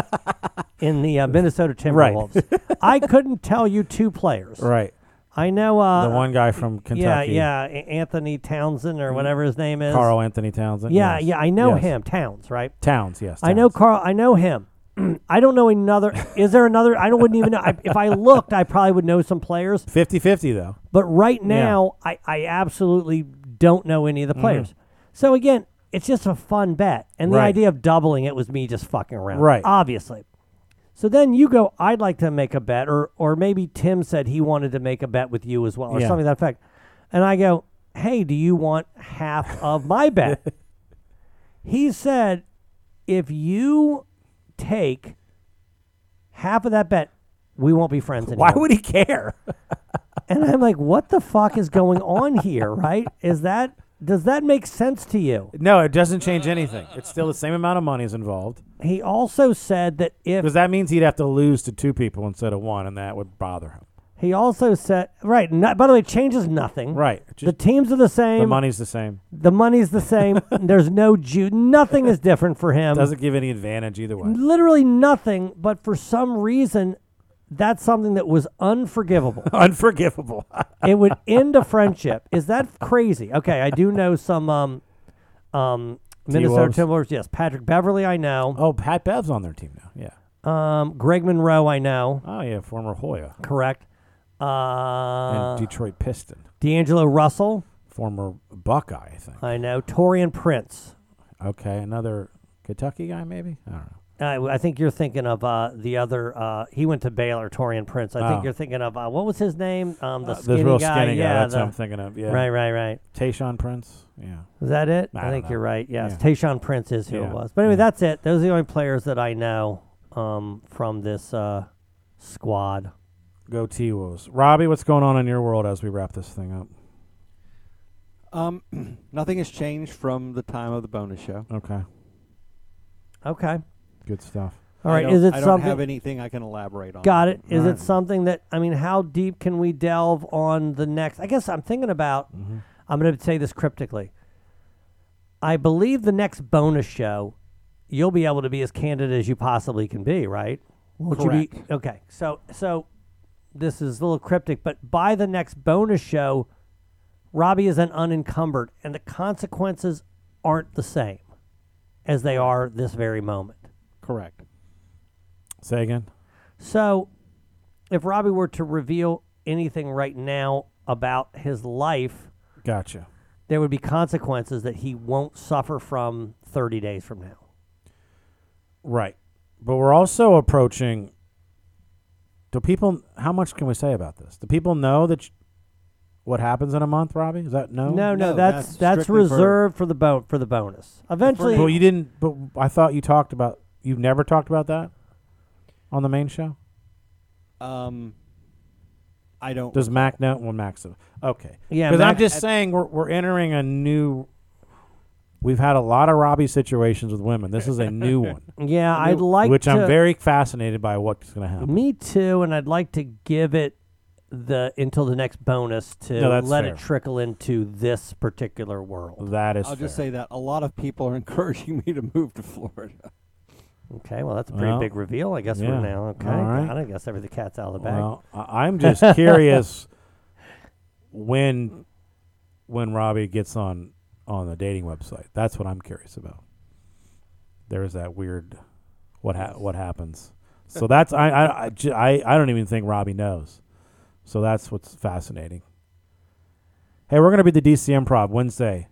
Speaker 6: in the uh, Minnesota
Speaker 11: Right.
Speaker 6: Timberwolves. I couldn't tell you two players.
Speaker 11: Right.
Speaker 6: I know uh,
Speaker 11: The one guy from Kentucky. Mm-hmm.
Speaker 6: Yeah, yeah, A- Anthony Townsend or whatever his name is.
Speaker 11: Carl Anthony Townsend.
Speaker 6: Yeah,
Speaker 11: yes.
Speaker 6: yeah, I know
Speaker 11: Yes.
Speaker 6: him, Towns, right?
Speaker 11: Towns. Yes.
Speaker 6: I know Carl. I know him. (clears throat) I don't know another. Is there another? I don't, wouldn't even know. I, if I looked, I probably would know some players.
Speaker 11: 50-50 though.
Speaker 6: But right
Speaker 11: Yeah. Mm-hmm.
Speaker 6: now, I, I absolutely don't know any of the players. So again, it's just a fun bet. And the
Speaker 11: Right.
Speaker 6: idea of doubling it was me just fucking around.
Speaker 11: Right.
Speaker 6: Obviously. So then you go, I'd like to make a bet, or or maybe Tim said he wanted to make a bet with you as well, or
Speaker 11: Yeah.
Speaker 6: something to that effect. And I go, Hey, do you want half of
Speaker 11: (laughs)
Speaker 6: my bet? he said, if you take half of that bet, we won't be friends anymore.
Speaker 11: Why would he care?
Speaker 6: And I'm like, what the fuck is going on
Speaker 11: (laughs)
Speaker 6: here, right? Is that does that make sense to you?
Speaker 11: (laughs) No, it doesn't change anything. It's still the same amount of money is involved.
Speaker 6: He also said that if
Speaker 11: Because that means he'd have to lose to two people instead of one, and that would bother him.
Speaker 6: he also said right, not, by the way, it changes nothing.
Speaker 11: Right.
Speaker 6: the teams are the same.
Speaker 11: The money's the same.
Speaker 6: the money's the same. There's no Jew. Nothing is different for him.
Speaker 11: (laughs) Doesn't give any advantage either way.
Speaker 6: Literally nothing. But for some reason, that's something that was unforgivable.
Speaker 11: (laughs) Unforgivable. (laughs)
Speaker 6: it would end a friendship. Is that crazy? Okay, I do know some um, um, Minnesota
Speaker 11: T-Wolves.
Speaker 6: Timberwolves. Yes, Patrick Beverly, I know.
Speaker 11: Oh, Pat Bev's on their team now. Yeah.
Speaker 6: Um, Greg Monroe, I know.
Speaker 11: Oh yeah, former Hoya
Speaker 6: Correct. Uh,
Speaker 11: and Detroit Piston,
Speaker 6: D'Angelo Russell,
Speaker 11: former Buckeye, I think.
Speaker 6: I know. Torian Prince.
Speaker 11: Okay, another Kentucky guy, maybe. I don't know.
Speaker 6: I, I think you're thinking of uh, the other. Uh, he went to Baylor. Torian Prince. I think
Speaker 11: Oh.
Speaker 6: you're thinking of uh, what was his name? Um, the
Speaker 11: Uh,
Speaker 6: skinny
Speaker 11: this real
Speaker 6: guy.
Speaker 11: skinny guy.
Speaker 6: Yeah,
Speaker 11: That's
Speaker 6: the-
Speaker 11: what I'm thinking of. Yeah.
Speaker 6: Right, right, right.
Speaker 11: Tayshawn Prince. Yeah.
Speaker 6: Is that it?
Speaker 11: I
Speaker 6: I,
Speaker 11: don't
Speaker 6: think
Speaker 11: know.
Speaker 6: you're right. Yes,
Speaker 11: Yeah.
Speaker 6: Tayshawn Prince is who
Speaker 11: Yeah.
Speaker 6: it was. But anyway, that's it. Those are the only players that I know um, from this uh, squad.
Speaker 11: Go T Wolves. Robbie, what's going on in your world as we wrap this thing up?
Speaker 2: Um, nothing has changed from the time of the bonus show.
Speaker 11: Okay.
Speaker 6: Okay.
Speaker 11: Good stuff.
Speaker 6: All
Speaker 2: I
Speaker 6: right.
Speaker 2: don't-
Speaker 6: Is it
Speaker 2: I don't
Speaker 6: something?
Speaker 2: have anything I can elaborate on.
Speaker 6: Got it. Is
Speaker 2: All
Speaker 6: it
Speaker 2: right.
Speaker 6: something that I mean? How deep can we delve on the next? I guess I'm thinking about.
Speaker 2: Mm-hmm.
Speaker 6: I'm going to say this cryptically. I believe the next bonus show, you'll be able to be as candid as you possibly can be, right? Would you be- okay. So so this is a little cryptic, but by the next bonus show, Robbie is an unencumbered, and the consequences aren't the same as they are this very moment.
Speaker 2: Correct.
Speaker 11: Say again.
Speaker 6: So, if Robbie were to reveal anything right now about his life,
Speaker 11: Gotcha.
Speaker 6: there would be consequences that he won't suffer from 30 days from now.
Speaker 11: Right. But we're also approaching. Do people? How much can we say about this? Do people know that? sh- what happens in a month, Robbie? Is that Oh, no?
Speaker 6: No, no, that's that's, reserved for, the bo- for the bonus. Um, Eventually,
Speaker 11: Well, you didn't. But I thought you talked about. You've never talked about that on the main show.
Speaker 2: Um, I don't.
Speaker 11: Does Mac know? Well, Mac's a- okay.
Speaker 2: Yeah,
Speaker 11: because I'm
Speaker 2: Mac-
Speaker 11: just
Speaker 2: at-
Speaker 11: saying we're we're entering a new. We've had a lot of Robbie situations with women. This is a new one.
Speaker 6: yeah, I'd like
Speaker 11: which I'm
Speaker 6: to-
Speaker 11: very fascinated by what's going to
Speaker 6: (laughs)
Speaker 11: happen.
Speaker 6: Me too, and I'd like to give it the until the next bonus to
Speaker 11: No, that's
Speaker 6: let
Speaker 11: fair.
Speaker 6: it trickle into this particular world.
Speaker 11: That
Speaker 2: (laughs)
Speaker 11: is
Speaker 2: I'll just say that a lot of people are encouraging me to move to Florida.
Speaker 6: Okay, well, that's a pretty
Speaker 11: Well,
Speaker 6: big reveal, I guess,
Speaker 11: yeah.
Speaker 6: for now. Okay,
Speaker 11: All right.
Speaker 6: God, I guess every the cat's out of the bag.
Speaker 11: Well, I- I'm just
Speaker 6: (laughs)
Speaker 11: curious when when Robbie gets on on the dating website. That's what I'm curious about. There's that weird what ha- what happens.
Speaker 6: (laughs)
Speaker 11: So that's I, I, I j- I I don't even think Robbie knows. So that's what's fascinating. Hey, we're gonna be at the DC Improv Wednesday,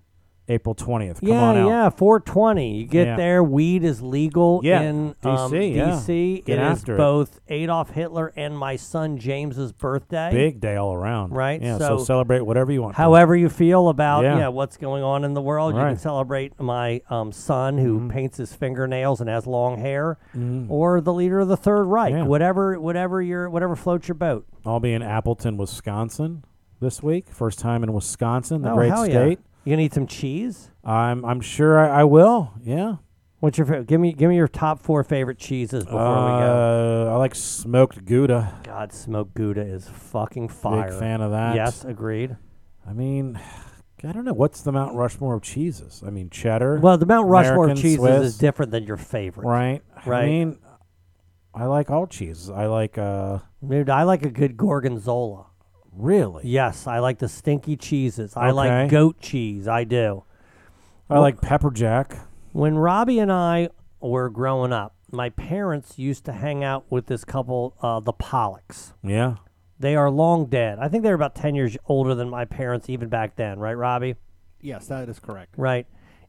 Speaker 11: April twentieth. Come
Speaker 6: yeah,
Speaker 11: on out.
Speaker 6: yeah, 420. You get
Speaker 11: Yeah.
Speaker 6: there, weed is legal
Speaker 11: Yeah,
Speaker 6: in
Speaker 11: DC,
Speaker 6: um,
Speaker 11: yeah.
Speaker 6: DC.
Speaker 11: Get
Speaker 6: It is
Speaker 11: after it.
Speaker 6: both Adolf Hitler and my son James's birthday.
Speaker 11: Big day all around.
Speaker 6: Right,
Speaker 11: Yeah. So,
Speaker 6: so
Speaker 11: celebrate whatever you want. to.
Speaker 6: However you feel about
Speaker 11: Yeah.
Speaker 6: yeah. what's going on in the world, you can
Speaker 11: Right. Mm-hmm.
Speaker 6: celebrate my um, son who paints his fingernails and has long hair,
Speaker 11: Mhm.
Speaker 6: or the leader of the Third Reich,
Speaker 11: Yeah.
Speaker 6: whatever, whatever your, whatever floats your boat.
Speaker 11: I'll be in Appleton, Wisconsin this week. First time in Wisconsin, the
Speaker 6: Oh,
Speaker 11: great
Speaker 6: hell yeah.
Speaker 11: state.
Speaker 6: You gonna eat some cheese?
Speaker 11: I'm I'm sure I, I will. Yeah.
Speaker 6: What's your favorite? Give me, give me your top four favorite cheeses before we go.
Speaker 11: Uh, I like smoked Gouda.
Speaker 6: God, smoked Gouda is fucking fire.
Speaker 11: Big fan of that.
Speaker 6: Yes, agreed.
Speaker 11: I mean, I don't know what's the Mount Rushmore of cheeses. I mean, cheddar.
Speaker 6: Well, the Mount Rushmore
Speaker 11: American,
Speaker 6: of cheeses
Speaker 11: Swiss,
Speaker 6: is different than your favorite,
Speaker 11: right? I
Speaker 6: Right.
Speaker 11: mean, I like all cheeses. I like uh,
Speaker 6: Dude, I like a good gorgonzola.
Speaker 11: really.
Speaker 6: Yes, I like the stinky cheeses. I
Speaker 11: Okay.
Speaker 6: like goat cheese. I do.
Speaker 11: I like pepper jack.
Speaker 6: When Robbie and I were growing up, my parents used to hang out with this couple, uh, the Pollocks.
Speaker 11: Yeah.
Speaker 6: They are long dead. I think they were about 10 years older than my parents even back then, right, Robbie?
Speaker 2: Yes, that is correct.
Speaker 6: Right.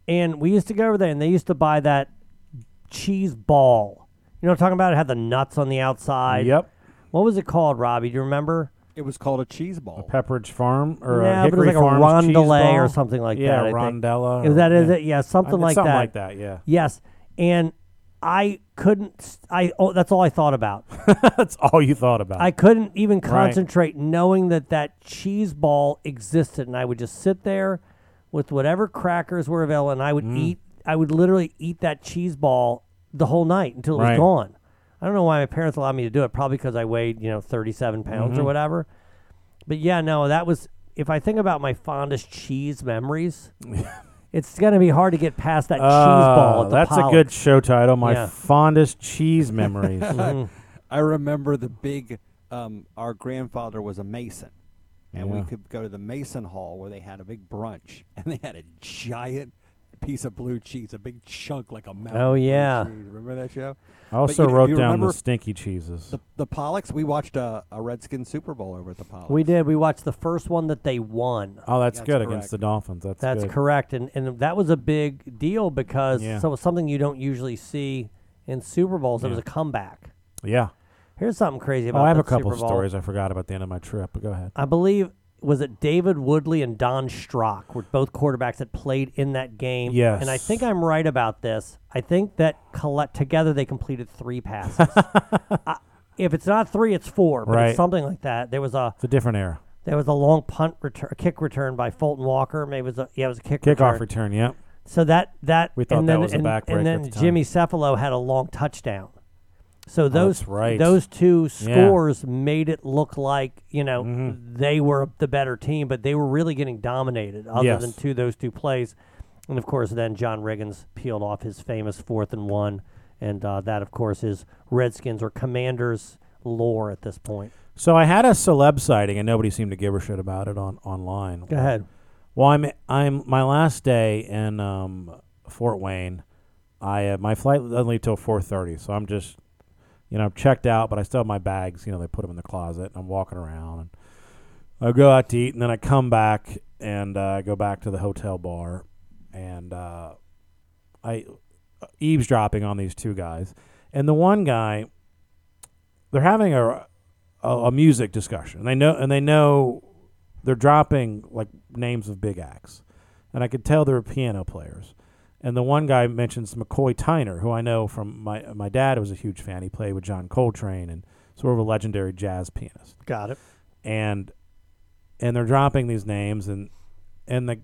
Speaker 6: And we used to go over there and they used to buy that cheese ball. You know what I'm talking about? It had the nuts on the outside.
Speaker 11: Yep.
Speaker 6: What was it called, Robbie? Do you remember?
Speaker 2: It was called a cheese ball.
Speaker 11: Pepperidge Farm or uh,
Speaker 6: yeah, but it was
Speaker 11: Hickory
Speaker 6: like a
Speaker 11: Farms cheese
Speaker 6: rondelay or
Speaker 11: ball.
Speaker 6: something like
Speaker 11: yeah,
Speaker 6: that. I think.
Speaker 11: rondella.
Speaker 6: Is
Speaker 11: or-
Speaker 6: that is it? Yeah, something
Speaker 11: I mean,
Speaker 6: like
Speaker 11: something
Speaker 6: that.
Speaker 11: like that. Yeah.
Speaker 6: Yes, and I couldn't. s- I oh, that's all I thought about.
Speaker 11: (laughs) That's all you thought about.
Speaker 6: I couldn't even
Speaker 11: Right.
Speaker 6: concentrate knowing that that cheese ball existed, and I would just sit there with whatever crackers were available, and I would
Speaker 11: Mm.
Speaker 6: eat. I would literally eat that cheese ball the whole night until it was
Speaker 11: Right.
Speaker 6: gone. I don't know why my parents allowed me to do it. Probably because I weighed you know thirty seven pounds or
Speaker 11: Mhm.
Speaker 6: whatever. But yeah, no, that was. If I think about my fondest cheese memories,
Speaker 11: (laughs)
Speaker 6: it's going to be hard to get past that cheese ball.
Speaker 11: Uh,
Speaker 6: At the
Speaker 11: that's a
Speaker 6: Pollock.
Speaker 11: good show title. My
Speaker 6: Yeah.
Speaker 11: fondest cheese memories.
Speaker 2: I remember the big. Um, our grandfather was a mason, and we
Speaker 11: Yeah.
Speaker 2: could go to the mason hall where they had a big brunch, (laughs) and they had a giant piece of blue cheese, a big chunk like a mountain.
Speaker 6: Oh,
Speaker 2: of blue
Speaker 6: yeah.
Speaker 2: cheese. remember that show?
Speaker 11: I also
Speaker 2: but you,
Speaker 11: wrote
Speaker 2: you
Speaker 11: down
Speaker 2: remember
Speaker 11: the stinky cheeses.
Speaker 2: the, the Pollocks. We watched a, a Redskin Super Bowl over at the Pollocks.
Speaker 6: We did. We watched the first one that they won.
Speaker 11: oh, that's,
Speaker 2: That's
Speaker 11: good
Speaker 2: correct.
Speaker 11: against the Dolphins. That's
Speaker 6: That's
Speaker 11: good.
Speaker 6: correct, and and that was a big deal because
Speaker 11: Yeah.
Speaker 6: so something you don't usually see in Super Bowls. It was
Speaker 11: Yeah.
Speaker 6: a comeback.
Speaker 11: Yeah.
Speaker 6: Here's something crazy
Speaker 11: Oh,
Speaker 6: about.
Speaker 11: I have a
Speaker 6: that
Speaker 11: couple
Speaker 6: Super Bowl.
Speaker 11: stories I forgot about the end of my trip. But go ahead.
Speaker 6: I believe was it David Woodley and Don Strock were both quarterbacks that played in that game.
Speaker 11: Yes.
Speaker 6: and I think I'm right about this. I think that collect together they completed three
Speaker 11: (laughs)
Speaker 6: passes. I, if it's not three, it's four, but
Speaker 11: Right.
Speaker 6: it's something like that. There was a
Speaker 11: It's a different era.
Speaker 6: there was a long punt return, a kick return by Fulton Walker. Maybe it was a yeah, it was a kick return.
Speaker 11: Kickoff return. Yeah.
Speaker 6: So that that
Speaker 11: We thought
Speaker 6: and
Speaker 11: that
Speaker 6: then,
Speaker 11: was a
Speaker 6: and,
Speaker 11: backbreaker at
Speaker 6: and then
Speaker 11: the time. Oh,
Speaker 6: Jimmy Cephalo had a long touchdown. So those
Speaker 11: that's right.
Speaker 6: those two
Speaker 11: Yeah. Mm-hmm.
Speaker 6: scores made it look like you know they were the better team, but they were really getting dominated. Other
Speaker 11: Yes.
Speaker 6: than two those two plays, and of course then John Riggins peeled off his famous fourth and one, and uh, that of course is Redskins or Commanders lore at this point.
Speaker 11: So I had a celeb sighting, and nobody seemed to give a shit about it on online.
Speaker 6: Go ahead.
Speaker 11: Well, I'm I'm my last day in um, Fort Wayne. I uh, my flight doesn't leave till four thirty, so I'm just you know I'm checked out, but I still have my bags. You know they put them in the closet, and I'm walking around. And I go out to eat, and then I come back and uh, I go back to the hotel bar, and uh, I uh, eavesdropping on these two guys, and the one guy they're having a a, a music discussion. And they know and they know they're dropping like names of big acts, and I could tell they're piano players. And the one guy mentions McCoy Tyner, who I know from my my dad was a huge fan. He played with John Coltrane and sort of a legendary jazz pianist.
Speaker 6: Got it.
Speaker 11: And and they're dropping these names and and the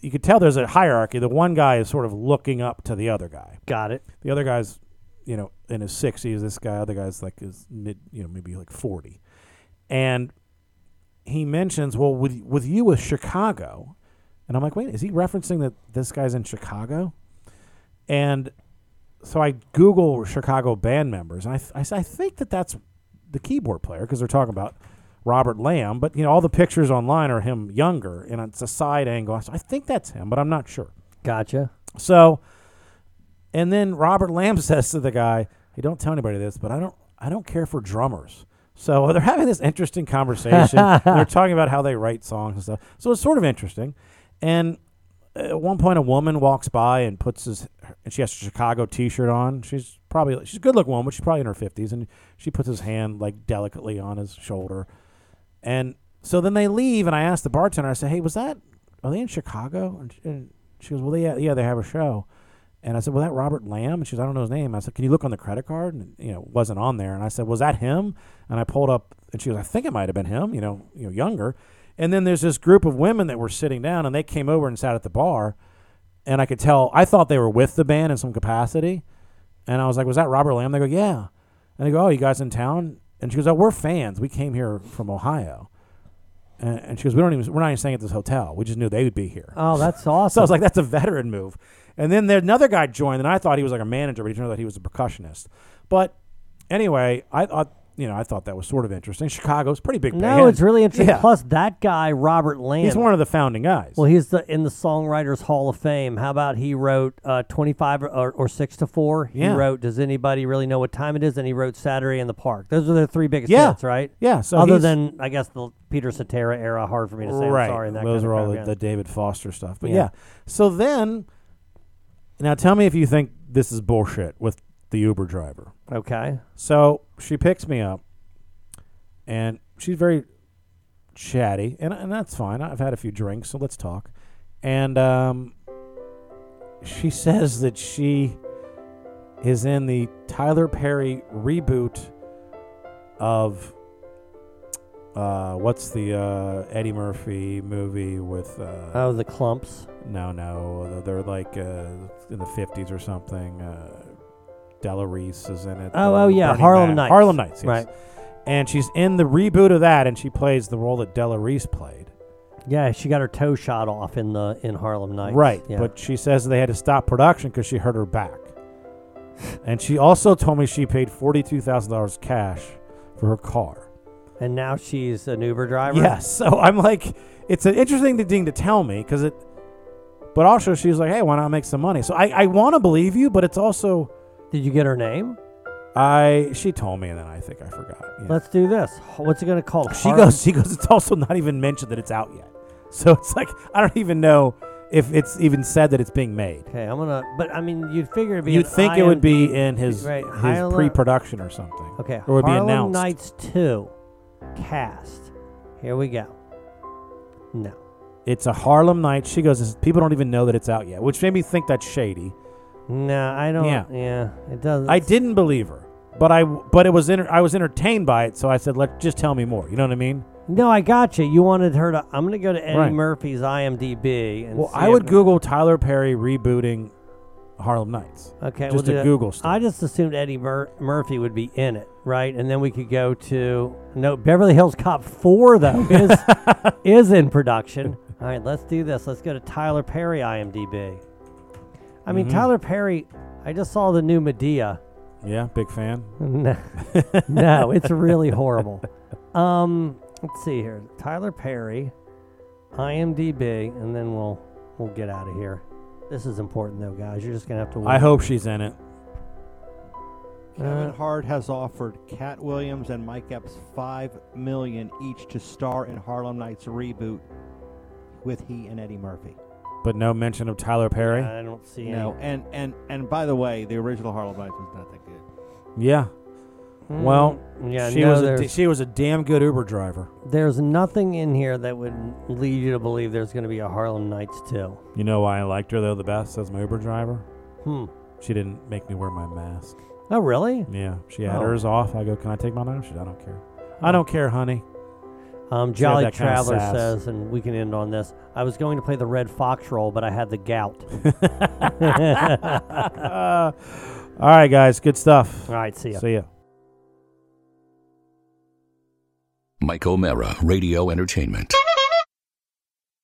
Speaker 11: you could tell there's a hierarchy. The one guy is sort of looking up to the other guy.
Speaker 6: Got it.
Speaker 11: The other guy's, you know, in his sixties. This guy, other guy's like his mid, you know, maybe like forty, and he mentions, well, with with you with Chicago, and I'm like, wait, is he referencing that this guy's in Chicago? And so I Google Chicago band members, and I, th- I, s- I think that that's the keyboard player because they're talking about Robert Lamb, but you know all the pictures online are him younger, and it's a side angle. So I think that's him, but I'm not sure.
Speaker 6: Gotcha.
Speaker 11: So, and then Robert Lamb (laughs) says to the guy, "Hey, don't tell anybody this, but I don't I don't care for drummers." So (laughs) they're having this interesting conversation. and they're talking about how they write songs and stuff. So it's sort of interesting, and at one point a woman walks by and puts his and she has a Chicago T-shirt on. She's probably she's a good-looking woman, but she's probably in her fifties, and she puts his hand like delicately on his shoulder, and so then they leave. And I asked the bartender, I said, "Hey, was that are they in Chicago?" And, and she goes, "Well, they, yeah, they have a show." And I said, "Well, that Robert Lamb." And she goes, "I don't know his name." I said, "Can you look on the credit card?" And you know, it wasn't on there. And I said, "Was that him?" And I pulled up, and she goes, "I think it might have been him." You know, you know, younger. And then there's this group of women that were sitting down, and they came over and sat at the bar. And I could tell, I thought they were with the band in some capacity. And I was like, "Was that Robert Lamb?" They go, "Yeah." And they go, "Oh, you guys in town?" And she goes, "Oh, we're fans. We came here from Ohio." And, and she goes, "We don't even. We're not even staying at this hotel. We just knew they would be here."
Speaker 6: Oh, that's
Speaker 11: (laughs) So I was
Speaker 6: awesome.
Speaker 11: like, that's a veteran move. And then there, another guy joined, and I thought he was like a manager, but he turned out he was a percussionist. But anyway, I thought you know I thought that was sort of interesting. Chicago's a pretty big.
Speaker 6: No,
Speaker 11: band.
Speaker 6: it's really interesting.
Speaker 11: Yeah.
Speaker 6: Plus, that guy Robert Lamb.
Speaker 11: He's one of the founding guys.
Speaker 6: Well, he's the in the Songwriters Hall of Fame. How about he wrote uh, twenty five or, or six to four? He
Speaker 11: Yeah.
Speaker 6: wrote. Does anybody really know what time it is? And he wrote Saturday in the Park. Those are the three biggest
Speaker 11: Yeah.
Speaker 6: hits, right?
Speaker 11: Yeah, so
Speaker 6: other
Speaker 11: he's-
Speaker 6: than I guess the Peter Cetera era, hard for me to say. I'm
Speaker 11: right.
Speaker 6: sorry, and that
Speaker 11: Those
Speaker 6: kind
Speaker 11: are
Speaker 6: of
Speaker 11: all the,
Speaker 6: crap, yeah.
Speaker 11: the David Foster stuff. But
Speaker 6: Yeah.
Speaker 11: yeah. So then, now tell me if you think this is bullshit with the Uber driver.
Speaker 6: Okay.
Speaker 11: So she picks me up, and she's very chatty, and and that's fine. I've had a few drinks, so let's talk. And um, she (laughs) says that she is in the Tyler Perry reboot of uh, what's the uh, Eddie Murphy movie with? Uh,
Speaker 6: Oh, the clumps.
Speaker 11: No, no, they're like uh, in the fifties or something. Uh, Della Reese is in it.
Speaker 6: Oh,
Speaker 11: the
Speaker 6: oh, yeah,
Speaker 11: Burning
Speaker 6: Harlem
Speaker 11: Man.
Speaker 6: Nights.
Speaker 11: Harlem Nights, yes.
Speaker 6: Right.
Speaker 11: And she's in the reboot of that, and she plays the role that Della Reese played.
Speaker 6: Yeah, she got her toe shot off in the in Harlem Nights.
Speaker 11: Right,
Speaker 6: Yeah.
Speaker 11: but she says they had to stop production because she hurt
Speaker 6: (laughs)
Speaker 11: her back. and she also told me she paid forty-two thousand dollars cash for her car.
Speaker 6: and now she's an Uber driver.
Speaker 11: Yes. So I'm like, it's an interesting thing to tell me because it, but also she's like, hey, why not make some money? So I, I want to believe you, but it's also.
Speaker 6: Did you get her name?
Speaker 11: I she told me and then I think I forgot. Yeah.
Speaker 6: Let's do this. What's it going to call?
Speaker 11: She goes. She goes. It's also not even mentioned that it's out yet. (laughs) So it's like I don't even know if it's even said that it's being made.
Speaker 6: Okay, I'm gonna. But I mean, you'd figure it'd be.
Speaker 11: You'd
Speaker 6: an
Speaker 11: think it would be
Speaker 6: IMD
Speaker 11: in his
Speaker 6: right,
Speaker 11: his
Speaker 6: Harlem-
Speaker 11: pre-production or something.
Speaker 6: Okay,
Speaker 11: or would
Speaker 6: Harlem
Speaker 11: be announced.
Speaker 6: Nights Two, cast. Here we go. No.
Speaker 11: It's a Harlem night. She goes. People don't even know that it's out yet, which made me think that's shady.
Speaker 6: No, I don't.
Speaker 11: Yeah.
Speaker 6: Yeah, it doesn't.
Speaker 11: I didn't believe her, but I but it was inter- I was entertained by it, so I said, "Let just tell me more." You know what I mean?
Speaker 6: No, I got you. You wanted her to. I'm gonna go to Eddie
Speaker 11: Right.
Speaker 6: Murphy's IMDb and.
Speaker 11: Well,
Speaker 6: see
Speaker 11: I
Speaker 6: if-
Speaker 11: would Google Tyler Perry rebooting Harlem Nights.
Speaker 6: Okay, we'll
Speaker 11: just
Speaker 6: do
Speaker 11: a
Speaker 6: that.
Speaker 11: Google stuff.
Speaker 6: I just assumed Eddie Mur- Murphy would be in it, right? And then we could go to no Beverly Hills Cop Four though
Speaker 11: (laughs)
Speaker 6: is is in production. All right, let's do this. Let's go to Tyler Perry IMDb. I mean
Speaker 11: Mhm.
Speaker 6: Tyler Perry. I just saw the new Medea.
Speaker 11: Yeah, big fan.
Speaker 6: No, no, it's really horrible. Um, let's see here. Tyler Perry, IMDb, and then we'll we'll get out of here. This is important though, guys. You're just gonna have to. Wait.
Speaker 11: I hope she's in it.
Speaker 2: Kevin Hart has offered Cat Williams and Mike Epps five million each to star in Harlem Nights reboot with he and Eddie Murphy.
Speaker 11: But no mention of Tyler Perry.
Speaker 6: I don't see
Speaker 2: No,
Speaker 6: any.
Speaker 2: and and and by the way, the original Harlem Nights was not that good.
Speaker 11: Yeah. Well,
Speaker 6: Mm, yeah,
Speaker 11: she
Speaker 6: no,
Speaker 11: was a, d-
Speaker 6: there's-
Speaker 11: she was a damn good Uber driver.
Speaker 6: There's nothing in here that would lead you to believe there's going to be a Harlem Nights 2.
Speaker 11: You know why I liked her though the best as my Uber driver?
Speaker 6: Hmm.
Speaker 11: She didn't make me wear my mask.
Speaker 6: Oh, really?
Speaker 11: Yeah, she had
Speaker 6: Oh. Hmm.
Speaker 11: hers off. I go, "Can I take mine off?" She, said, "I don't care. I don't
Speaker 6: (laughs)
Speaker 11: care, honey." (laughs)
Speaker 6: Um,
Speaker 11: She had
Speaker 6: Jolly
Speaker 11: that kinda
Speaker 6: Traveler
Speaker 11: sass.
Speaker 6: says, and we can end on this. I was going to play the Red Fox role, but I had the
Speaker 11: (laughs)
Speaker 6: gout.
Speaker 11: Uh, all right, guys. Good stuff.
Speaker 6: All right, see ya.
Speaker 11: See ya.
Speaker 3: Mike O'Mara, Radio Entertainment.